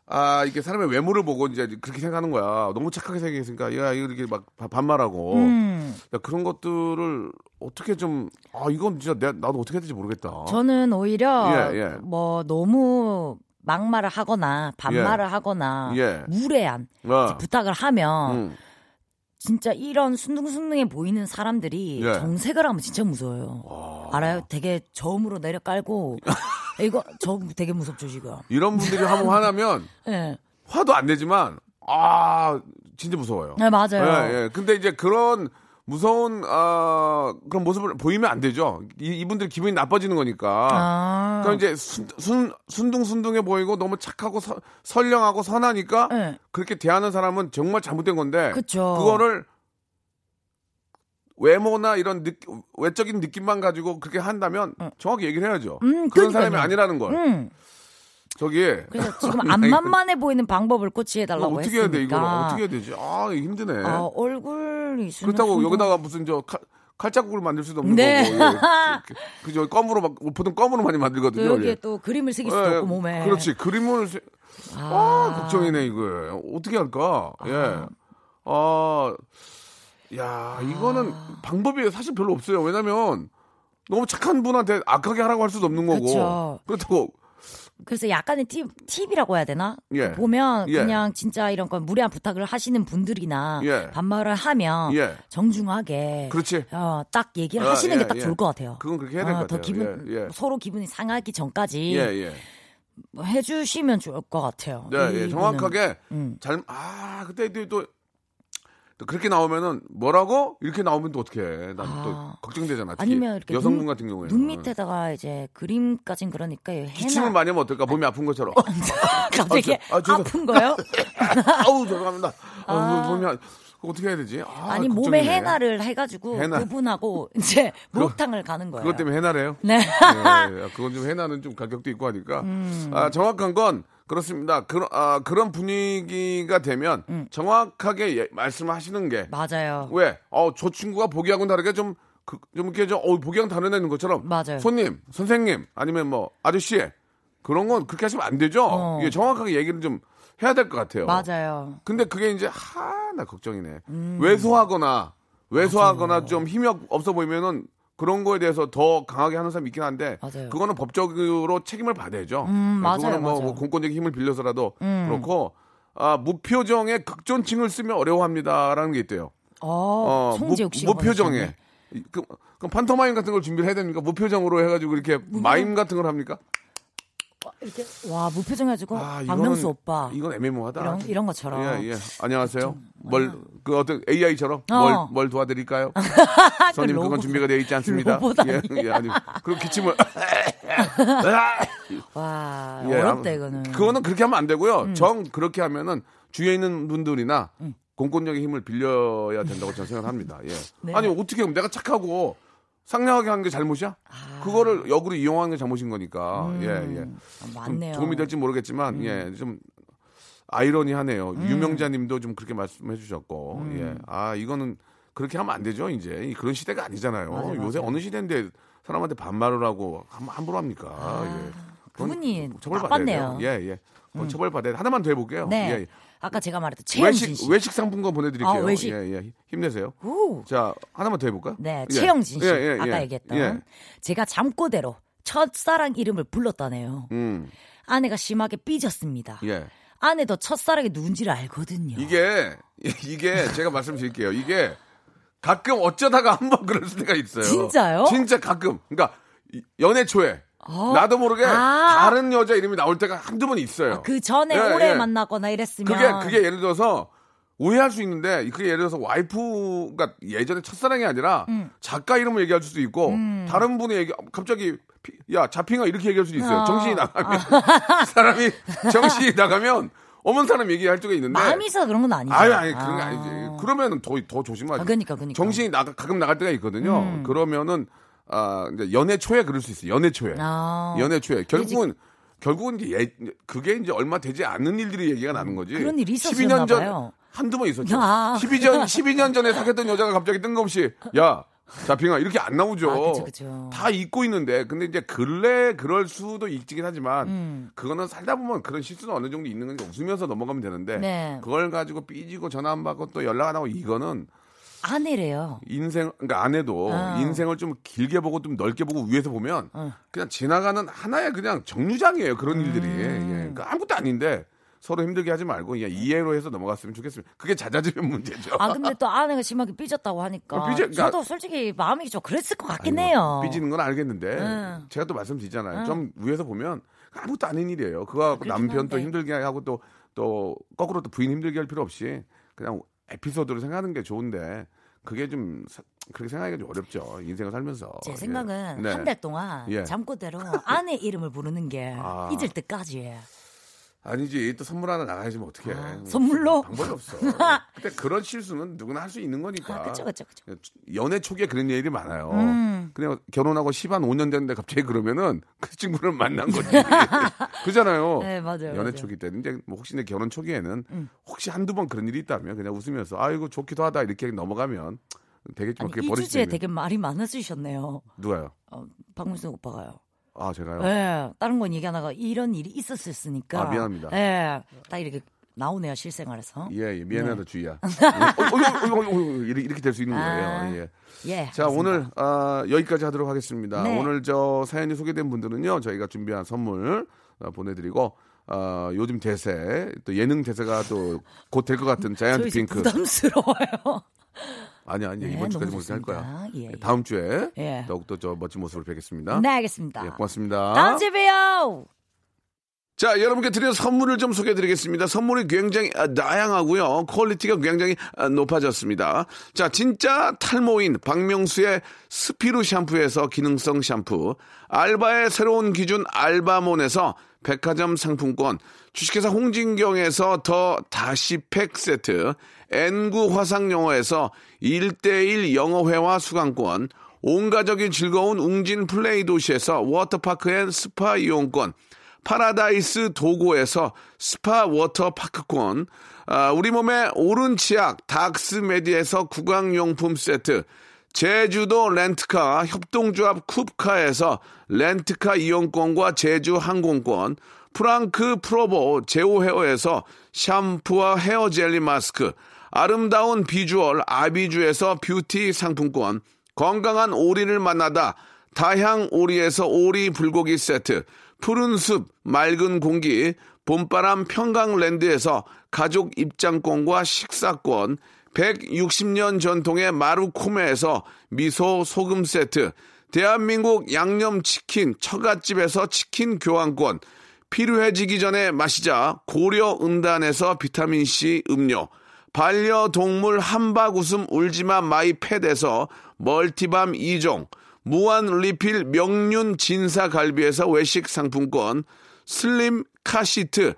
[SPEAKER 3] 아 이게 사람의 외모를 보고 이제 그렇게 생각하는 거야. 너무 착하게 생겼으니까 야 이렇게 막 바- 반말하고
[SPEAKER 9] 음.
[SPEAKER 3] 야, 그런 것들을 어떻게 좀 아 이건 진짜 내, 나도 어떻게 해야 될지 모르겠다.
[SPEAKER 9] 저는 오히려
[SPEAKER 3] 예, 예.
[SPEAKER 9] 뭐 너무 막말을 하거나 반말을 하거나
[SPEAKER 3] 예.
[SPEAKER 9] 무례한
[SPEAKER 3] 아,
[SPEAKER 9] 부탁을 하면
[SPEAKER 3] 음.
[SPEAKER 9] 진짜 이런 순둥순둥해 보이는 사람들이
[SPEAKER 3] 예.
[SPEAKER 9] 정색을 하면 진짜 무서워요. 알아요? 되게 저음으로 내려 깔고 이거 저 되게 무섭죠 지금.
[SPEAKER 3] 이런 분들이 한번 화나면
[SPEAKER 9] 예.
[SPEAKER 3] 화도 안 내지만 아 진짜 무서워요.
[SPEAKER 9] 네, 맞아요.
[SPEAKER 3] 예, 예. 근데 이제 그런 무서운 아 그런 모습을 보이면 안 되죠. 이, 이분들 기분이 나빠지는 거니까.
[SPEAKER 9] 아.
[SPEAKER 3] 그러니까 이제 순, 순, 순둥순둥해 보이고 너무 착하고 서- 선량하고 선하니까
[SPEAKER 9] 네.
[SPEAKER 3] 그렇게 대하는 사람은 정말 잘못된 건데
[SPEAKER 9] 그쵸.
[SPEAKER 3] 거를 외모나 이런 느, 외적인 느낌만 가지고 그렇게 한다면 정확히 얘기를 해야죠.
[SPEAKER 9] 예. 음,
[SPEAKER 3] 그런
[SPEAKER 9] 그러니까요.
[SPEAKER 3] 사람이 아니라는 걸.
[SPEAKER 9] 음. 그러니까
[SPEAKER 3] 저기
[SPEAKER 9] 그래서 지금
[SPEAKER 3] 나
[SPEAKER 9] 안
[SPEAKER 3] 이거-
[SPEAKER 9] 만만해 보이는 방법을 코치해
[SPEAKER 3] 이거
[SPEAKER 9] 달라고
[SPEAKER 3] 어떻게
[SPEAKER 9] 했으니까.
[SPEAKER 3] 해야 돼? 이거 어떻게 해야 되지? 아 이거 힘드네.
[SPEAKER 9] 아, 얼굴이
[SPEAKER 3] 그렇다고
[SPEAKER 9] 순둥순둥-
[SPEAKER 3] 여기다가 무슨 저 칼, 칼자국을 만들 수도 없는
[SPEAKER 9] 네.
[SPEAKER 3] 거고. 예. 그- 그죠? 껌으로 막 보통 껌으로 많이
[SPEAKER 9] 또
[SPEAKER 3] 만들거든요.
[SPEAKER 9] 여기에
[SPEAKER 3] 예.
[SPEAKER 9] 또 그림을 새길 수도
[SPEAKER 3] 예,
[SPEAKER 9] 없고 몸에.
[SPEAKER 3] 그렇지. 그림을 세- 아, 걱정이네 이거. 어떻게 할까? 예. 아. 야, 이거는
[SPEAKER 9] 아.
[SPEAKER 3] 방법이 사실 별로 없어요. 왜냐면 너무 착한 분한테 악하게 하라고 할 수도 없는 거고.
[SPEAKER 9] 그쵸.
[SPEAKER 3] 렇다고
[SPEAKER 9] 그래서 약간의 팁, 팁이라고 해야 되나?
[SPEAKER 3] 예.
[SPEAKER 9] 그 보면
[SPEAKER 3] 예.
[SPEAKER 9] 그냥 진짜 이런 건 무례한 부탁을 하시는 분들이나
[SPEAKER 3] 예.
[SPEAKER 9] 반말을 하면
[SPEAKER 3] 예.
[SPEAKER 9] 정중하게
[SPEAKER 3] 그렇지.
[SPEAKER 9] 어, 딱 얘기를
[SPEAKER 3] 아,
[SPEAKER 9] 하시는
[SPEAKER 3] 예,
[SPEAKER 9] 게 딱
[SPEAKER 3] 예.
[SPEAKER 9] 좋을 것 같아요.
[SPEAKER 3] 그건 그렇게 해야 될것
[SPEAKER 9] 어, 더
[SPEAKER 3] 같아요.
[SPEAKER 9] 기분
[SPEAKER 3] 예, 예.
[SPEAKER 9] 서로 기분이 상하기 전까지
[SPEAKER 3] 예, 예.
[SPEAKER 9] 뭐 해주시면 좋을 것 같아요.
[SPEAKER 3] 네, 예.
[SPEAKER 9] 이분은. 음.
[SPEAKER 3] 정확하게 잘 아, 그때 또, 또, 또 그렇게 나오면은 뭐라고 이렇게 나오면 또 어떻게 해? 난 또
[SPEAKER 9] 아.
[SPEAKER 3] 걱정되잖아. 특히
[SPEAKER 9] 아니면 이렇게
[SPEAKER 3] 여성분
[SPEAKER 9] 눈,
[SPEAKER 3] 같은 경우에는
[SPEAKER 9] 눈 밑에다가 이제 그림까진 그러니까 해나
[SPEAKER 3] 음. 기침을 많이 하면 어떨까? 몸이 아픈 것처럼.
[SPEAKER 9] 갑자기
[SPEAKER 3] 아, 저- 아, 죄송-
[SPEAKER 9] 아픈 거요?
[SPEAKER 3] 아우 죄송합니다. 아, 몸이 아- 그거 어떻게 해야 되지? 아,
[SPEAKER 9] 니 몸에
[SPEAKER 3] 걱정이네.
[SPEAKER 9] 해나를 해가지고
[SPEAKER 3] 해나.
[SPEAKER 9] 그분하고 이제 목욕탕을 가는 거예요.
[SPEAKER 3] 그것 때문에 해나래요?
[SPEAKER 9] 네.
[SPEAKER 3] 예, 그건 좀 해나는 좀 가격도 있고 하니까.
[SPEAKER 9] 음.
[SPEAKER 3] 아, 정확한 건 그렇습니다. 그런 아, 그런 분위기가 되면
[SPEAKER 9] 음.
[SPEAKER 3] 정확하게 예- 말씀하시는 게
[SPEAKER 9] 맞아요.
[SPEAKER 3] 왜? 어, 저 친구가 보기하고는 다르게 좀, 그, 좀 이렇게 좀, 어, 보기랑 다른 애는 것처럼.
[SPEAKER 9] 맞아요.
[SPEAKER 3] 손님, 선생님, 아니면 뭐, 아저씨. 그런 건 그렇게 하시면 안 되죠?
[SPEAKER 9] 어.
[SPEAKER 3] 이게 정확하게 얘기를 좀 해야 될 것 같아요.
[SPEAKER 9] 맞아요.
[SPEAKER 3] 근데 그게 이제, 하, 나 걱정이네.
[SPEAKER 9] 음.
[SPEAKER 3] 왜소하거나, 왜소하거나 좀 힘이 없- 없어 보이면은 그런 거에 대해서 더 강하게 하는 사람이 있긴 한데,
[SPEAKER 9] 맞아요.
[SPEAKER 3] 그거는 법적으로 책임을 받아야죠.
[SPEAKER 9] 음, 맞아요,
[SPEAKER 3] 그거는 뭐,
[SPEAKER 9] 맞아요. 음.
[SPEAKER 3] 뭐 공권적인 힘을 빌려서라도 그렇고, 아, 무표정의 극존칭을 쓰면 어려워합니다라는 게 있대요.
[SPEAKER 9] 어, 송지욱 씨가
[SPEAKER 3] 무표정에.
[SPEAKER 9] 보내주셨네.
[SPEAKER 3] 그, 그럼 판토마임 같은 걸 준비를 해야 됩니까? 무표정으로 해가지고 이렇게 마임 같은 걸 합니까?
[SPEAKER 9] 와 무표정 해가지고
[SPEAKER 3] 아, 이거는-
[SPEAKER 9] 어, 박명수 오빠
[SPEAKER 3] 이건 애매모하다.
[SPEAKER 9] 이런 이런 것처럼
[SPEAKER 3] 예, 예. 안녕하세요. 뭘, 그 어떤 AI처럼
[SPEAKER 9] 어.
[SPEAKER 3] 뭘, 뭘 도와드릴까요?
[SPEAKER 9] 아,
[SPEAKER 3] 손님,
[SPEAKER 9] 그
[SPEAKER 3] 그건
[SPEAKER 9] 로봇.
[SPEAKER 3] 준비가 되어 있지 않습니다.
[SPEAKER 9] 로봇
[SPEAKER 3] 예,
[SPEAKER 9] 아니야?
[SPEAKER 3] 예, 아니. 그럼 기침을.
[SPEAKER 9] 와
[SPEAKER 3] 예,
[SPEAKER 9] 어렵다
[SPEAKER 3] 아무-
[SPEAKER 9] 이거는. 음.
[SPEAKER 3] 그거는 그렇게 하면 안 되고요. 정 그렇게 하면은 주위에 있는 분들이나 공권력의 힘을 빌려야 된다고 저는 생각합니다. 예.
[SPEAKER 9] 네.
[SPEAKER 3] 아니 어떻게 그럼 내가 착하고 상냥하게 하는 게 잘못이야? 그거를 역으로 이용하는 게 잘못인 거니까. 예, 예.
[SPEAKER 9] 아,
[SPEAKER 3] 좀
[SPEAKER 9] 맞네요. 음.
[SPEAKER 3] 도움이 될지 모르겠지만 예, 좀 아이러니하네요. 유명자님도 좀 그렇게 말씀해주셨고,
[SPEAKER 9] 음.
[SPEAKER 3] 예, 아 이거는 그렇게 하면 안 되죠. 이제 이- 그런 시대가 아니잖아요.
[SPEAKER 9] 맞아요,
[SPEAKER 3] 요새
[SPEAKER 9] 맞아요.
[SPEAKER 3] 어느 시대인데 사람한테 반말을 하고 함, 함부로 합니까? 예. 그건
[SPEAKER 9] 아, 그분이
[SPEAKER 3] 처벌받아야 돼요.
[SPEAKER 9] 나빴네요. 음.
[SPEAKER 3] 예, 예. 그건 처벌받아야 돼. 하나만 더 해볼게요.
[SPEAKER 9] 네.
[SPEAKER 3] 예, 예.
[SPEAKER 9] 아까 제가 말했던 최영진 씨.
[SPEAKER 3] 외식 외식 상품권 보내드릴게요.
[SPEAKER 9] 아, 외식.
[SPEAKER 3] 예, 예. 힘내세요.
[SPEAKER 9] 오.
[SPEAKER 3] 자 하나만 더 해볼까?
[SPEAKER 9] 네,
[SPEAKER 3] 예.
[SPEAKER 9] 최영진 씨
[SPEAKER 3] 예, 예,
[SPEAKER 9] 아까
[SPEAKER 3] 예.
[SPEAKER 9] 얘기했던
[SPEAKER 3] 예.
[SPEAKER 9] 제가 잠꼬대로 첫사랑 이름을 불렀다네요.
[SPEAKER 3] 음,
[SPEAKER 9] 아내가 심하게 삐졌습니다.
[SPEAKER 3] 예.
[SPEAKER 9] 아내도 첫사랑이 누군지를 알거든요.
[SPEAKER 3] 이게 이게 제가 말씀드릴게요. 이게 가끔 어쩌다가 한 번 그럴 때가 있어요.
[SPEAKER 9] 진짜요?
[SPEAKER 3] 진짜 가끔. 그러니까 이- 연애 초에
[SPEAKER 9] 어?
[SPEAKER 3] 나도 모르게
[SPEAKER 9] 아.
[SPEAKER 3] 다른 여자 이름이 나올 때가 한두 번 있어요.
[SPEAKER 9] 아, 그 전에
[SPEAKER 3] 예,
[SPEAKER 9] 오래
[SPEAKER 3] 예.
[SPEAKER 9] 만나거나 이랬으면
[SPEAKER 3] 그게 그게 예를 들어서 오해할 수 있는데 그게 예를 들어서 와이프가 예전에 첫사랑이 아니라
[SPEAKER 9] 음.
[SPEAKER 3] 작가 이름을 얘기할 수도 있고 다른 분의 얘기 갑자기 피- 야 자핑아 이렇게 얘기할 수도 있어요.
[SPEAKER 9] 어.
[SPEAKER 3] 정신이 나가면
[SPEAKER 9] 아.
[SPEAKER 3] 사람이 정신이 나가면 어머 사람 얘기할 수가 있는데
[SPEAKER 9] 마음이 있어서 그런 건 아니죠.
[SPEAKER 3] 아니 아니 그런 게
[SPEAKER 9] 아.
[SPEAKER 3] 아니지. 그러면은 더 더 조심하지.
[SPEAKER 9] 아, 그러니까, 그러니까. 음.
[SPEAKER 3] 정신이 나가 가끔 나갈 때가 있거든요. 그러면은 아 이제 연애 초에 그럴 수 있어. 요 연애 초에.
[SPEAKER 9] 아.
[SPEAKER 3] 연애 초에 결국은 결국은 이제 예, 그게 이제 얼마 되지 않는 일들이 얘기가 나는 거지.
[SPEAKER 9] 그런 일이
[SPEAKER 3] 12년 전
[SPEAKER 9] 있었었나봐요.
[SPEAKER 3] 한두 번 있었죠.
[SPEAKER 9] 아.
[SPEAKER 3] 12년 12년 전에 사귀었던 여자가 갑자기 뜬금없이 야 자핑아 이렇게 안 나오죠.
[SPEAKER 9] 아, 그쵸, 그쵸.
[SPEAKER 3] 다 잊고 있는데 근데 이제 근래 그럴 수도 있긴 하지만
[SPEAKER 9] 음.
[SPEAKER 3] 그거는 살다 보면 그런 실수는 어느 정도 있는 거니까 웃으면서 넘어가면 되는데
[SPEAKER 9] 네.
[SPEAKER 3] 그걸 가지고 삐지고 전화 안 받고 또 연락 안 하고 이거는
[SPEAKER 9] 아내래요.
[SPEAKER 3] 인생 그러니까 안 해도
[SPEAKER 9] 어.
[SPEAKER 3] 인생을 좀 길게 보고 좀 넓게 보고 위에서 보면 그냥 지나가는 하나의 그냥 정류장이에요
[SPEAKER 9] 음.
[SPEAKER 3] 그런 일들이 예. 그러니까 아무것도 아닌데 서로 힘들게 하지 말고 그냥 이해로 해서 넘어갔으면 좋겠습니다 그게 자자지면 문제죠
[SPEAKER 9] 아 근데 또 아내가 심하게 삐졌다고 하니까
[SPEAKER 3] 어, 삐져- 그러니까-
[SPEAKER 9] 저도 솔직히 마음이 좀 그랬을 것 같긴
[SPEAKER 3] 아이고,
[SPEAKER 9] 해요.
[SPEAKER 3] 삐지는 건 알겠는데
[SPEAKER 9] 응.
[SPEAKER 3] 제가 또 말씀드리잖아요. 좀 위에서 보면 아무것도 아닌 일이에요. 그거 갖고
[SPEAKER 9] 그렇긴
[SPEAKER 3] 남편 또
[SPEAKER 9] 한데.
[SPEAKER 3] 힘들게 하고 또 또 거꾸로 또 부인 힘들게 할 필요 없이 그냥 에피소드로 생각하는 게 좋은데 그게 좀 사- 그렇게 생각하기가 좀 어렵죠. 인생을 살면서.
[SPEAKER 9] 제
[SPEAKER 3] 예.
[SPEAKER 9] 생각은
[SPEAKER 3] 네.
[SPEAKER 9] 한 달 동안
[SPEAKER 3] 예.
[SPEAKER 9] 잠꼬대로 아내 이름을 부르는 게
[SPEAKER 3] 아.
[SPEAKER 9] 잊을 때까지.
[SPEAKER 3] 아니지 또 선물 하나 나가야지면 어떻게 해. 뭐
[SPEAKER 9] 아, 선물로?
[SPEAKER 3] 방법이 없어. 근데 그런 실수는 누구나 할 수 있는 거니까.
[SPEAKER 9] 아, 그쵸, 음. 그쵸, 그쵸.
[SPEAKER 3] 연애 초기에 그런 일이 많아요. 그냥 결혼하고 10한 5년 됐는데 갑자기 그러면은 그 친구를 만난 거지. 그잖아요.
[SPEAKER 9] 네, 맞아요,
[SPEAKER 3] 연애
[SPEAKER 9] 맞아요. 음.
[SPEAKER 3] 초기 때 이제 뭐 혹시 내 결혼 초기에는 혹시 한두 번 그런 일이 있다면 그냥 웃으면서 아이고 좋기도 하다 이렇게 넘어가면 되게 좀
[SPEAKER 9] 아니,
[SPEAKER 3] 뭐 그렇게 버릴 수
[SPEAKER 9] 이주제에
[SPEAKER 3] 있는
[SPEAKER 9] 되게 말이 많으시셨네요.
[SPEAKER 3] 누가요?
[SPEAKER 9] 어, 박문수 오빠가요.
[SPEAKER 3] 아 제가요.
[SPEAKER 9] 예, 다른 건 얘기 안 하고 이런 일이 있었으니까.
[SPEAKER 3] 아, 미안합니다.
[SPEAKER 9] 예, 딱 이렇게 나오네요 실생활에서.
[SPEAKER 3] 예, 예, 미안하다 주희야. 어, 어, 어, 어, 어, 어, 이렇게 이렇게 될 수 있는
[SPEAKER 9] 네. 아.
[SPEAKER 3] 거예요. 예.
[SPEAKER 9] 예.
[SPEAKER 3] 자
[SPEAKER 9] 알겠습니다.
[SPEAKER 3] 오늘 아, 여기까지 하도록 하겠습니다.
[SPEAKER 9] 네.
[SPEAKER 3] 오늘 저 사연이 소개된 분들은요 저희가 준비한 선물 아, 보내드리고 아, 요즘 대세 또 예능 대세가 또 곧 될 것 같은
[SPEAKER 9] 저
[SPEAKER 3] 자이언트
[SPEAKER 9] 이제
[SPEAKER 3] 핑크
[SPEAKER 9] 부담스러워요.
[SPEAKER 3] 아니 아니
[SPEAKER 9] 네,
[SPEAKER 3] 이번 주까지
[SPEAKER 9] 너무
[SPEAKER 3] 못할 거야. 네,
[SPEAKER 9] 좋습니다. 예, 예.
[SPEAKER 3] 다음 주에
[SPEAKER 9] 예.
[SPEAKER 3] 더욱 더저 멋진 모습으로 뵙겠습니다.
[SPEAKER 9] 네, 알겠습니다.
[SPEAKER 3] 예, 고맙습니다.
[SPEAKER 9] 다음 주에 봬요.
[SPEAKER 3] 자, 여러분께 드린 선물을 좀 소개해 드리겠습니다. 선물이 굉장히 아, 다양하고요. 퀄리티가 굉장히 아, 높아졌습니다. 자, 진짜 탈모인 박명수의 스피루 샴푸에서 기능성 샴푸, 알바의 새로운 기준 알바몬에서 백화점 상품권, 주식회사 홍진경에서 더 다시 팩 세트, N구 화상영어에서 1대1 영어회화 수강권, 온가적인 즐거운 웅진 플레이 도시에서 워터파크 앤 스파 이용권, 파라다이스 도고에서 스파 워터파크권, 아, 우리 몸의 오른 치약 닥스메디에서 구강용품 세트, 제주도 렌트카 협동조합 쿱카에서 렌트카 이용권과 제주 항공권, 프랑크 프로보 제오 헤어에서 샴푸와 헤어 젤리 마스크, 아름다운 비주얼 아비주에서 뷰티 상품권, 건강한 오리를 만나다 다향 오리에서 오리 불고기 세트, 푸른 숲, 맑은 공기, 봄바람 평강랜드에서 가족 입장권과 식사권, 160년 전통의 마루코메에서 미소 소금 세트, 대한민국 양념치킨 처갓집에서 치킨 교환권, 필요해지기 전에 마시자 고려은단에서 비타민C 음료, 반려동물 한박웃음 울지마 마이패드에서 멀티밤 2종, 무한 리필 명륜 진사 갈비에서 외식 상품권, 슬림 카시트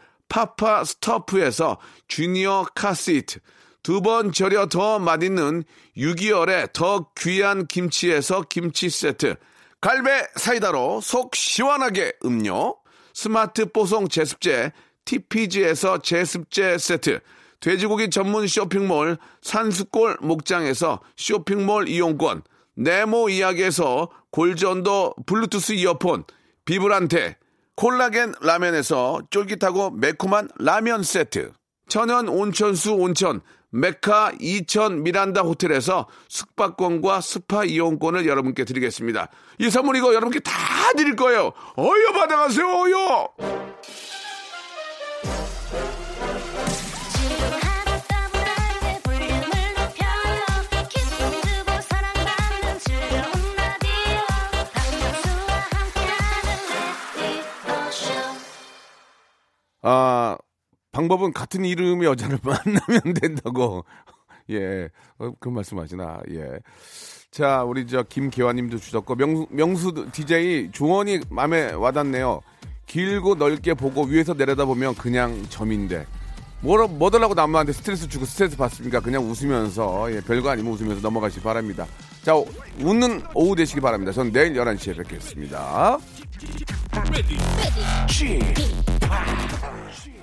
[SPEAKER 3] 파파 스토프에서 주니어 카시트, 두 번 절여 더 맛있는 6개월의 더 귀한 김치에서 김치 세트, 갈배 사이다로 속 시원하게 음료, 스마트 뽀송 제습제 TPG에서 제습제 세트, 돼지고기 전문 쇼핑몰 산수골 목장에서 쇼핑몰 이용권, 네모 이야기에서 골전도 블루투스 이어폰, 비브란테, 콜라겐 라면에서 쫄깃하고 매콤한 라면 세트, 천연 온천수 온천, 메카 이천 미란다 호텔에서 숙박권과 스파 이용권을 여러분께 드리겠습니다. 이 선물 이거 여러분께 다 드릴 거예요. 어여 받아가세요, 어여!
[SPEAKER 10] 따분한데 볼륨을 높여요 기쁨 주고 사랑받는 즐거운 라디오 박명수와 함께하는 레디오쇼
[SPEAKER 3] 아, 방법은 같은 이름의 여자를 만나면 된다고. 예. 어, 그런 말씀 하시나. 예. 자, 우리 저 김계환 님도 주셨고 명수 명수 DJ 조언이 마음에 와닿네요. 길고 넓게 보고 위에서 내려다보면 그냥 점인데. 뭐라, 뭐더라고 남한테 스트레스 주고 스트레스 받습니까? 그냥 웃으면서, 예, 별거 아니면 웃으면서 넘어가시기 바랍니다. 자, 웃는 오후 되시기 바랍니다. 저는 내일 11시에 뵙겠습니다.
[SPEAKER 2] ready.
[SPEAKER 1] Chip, pop,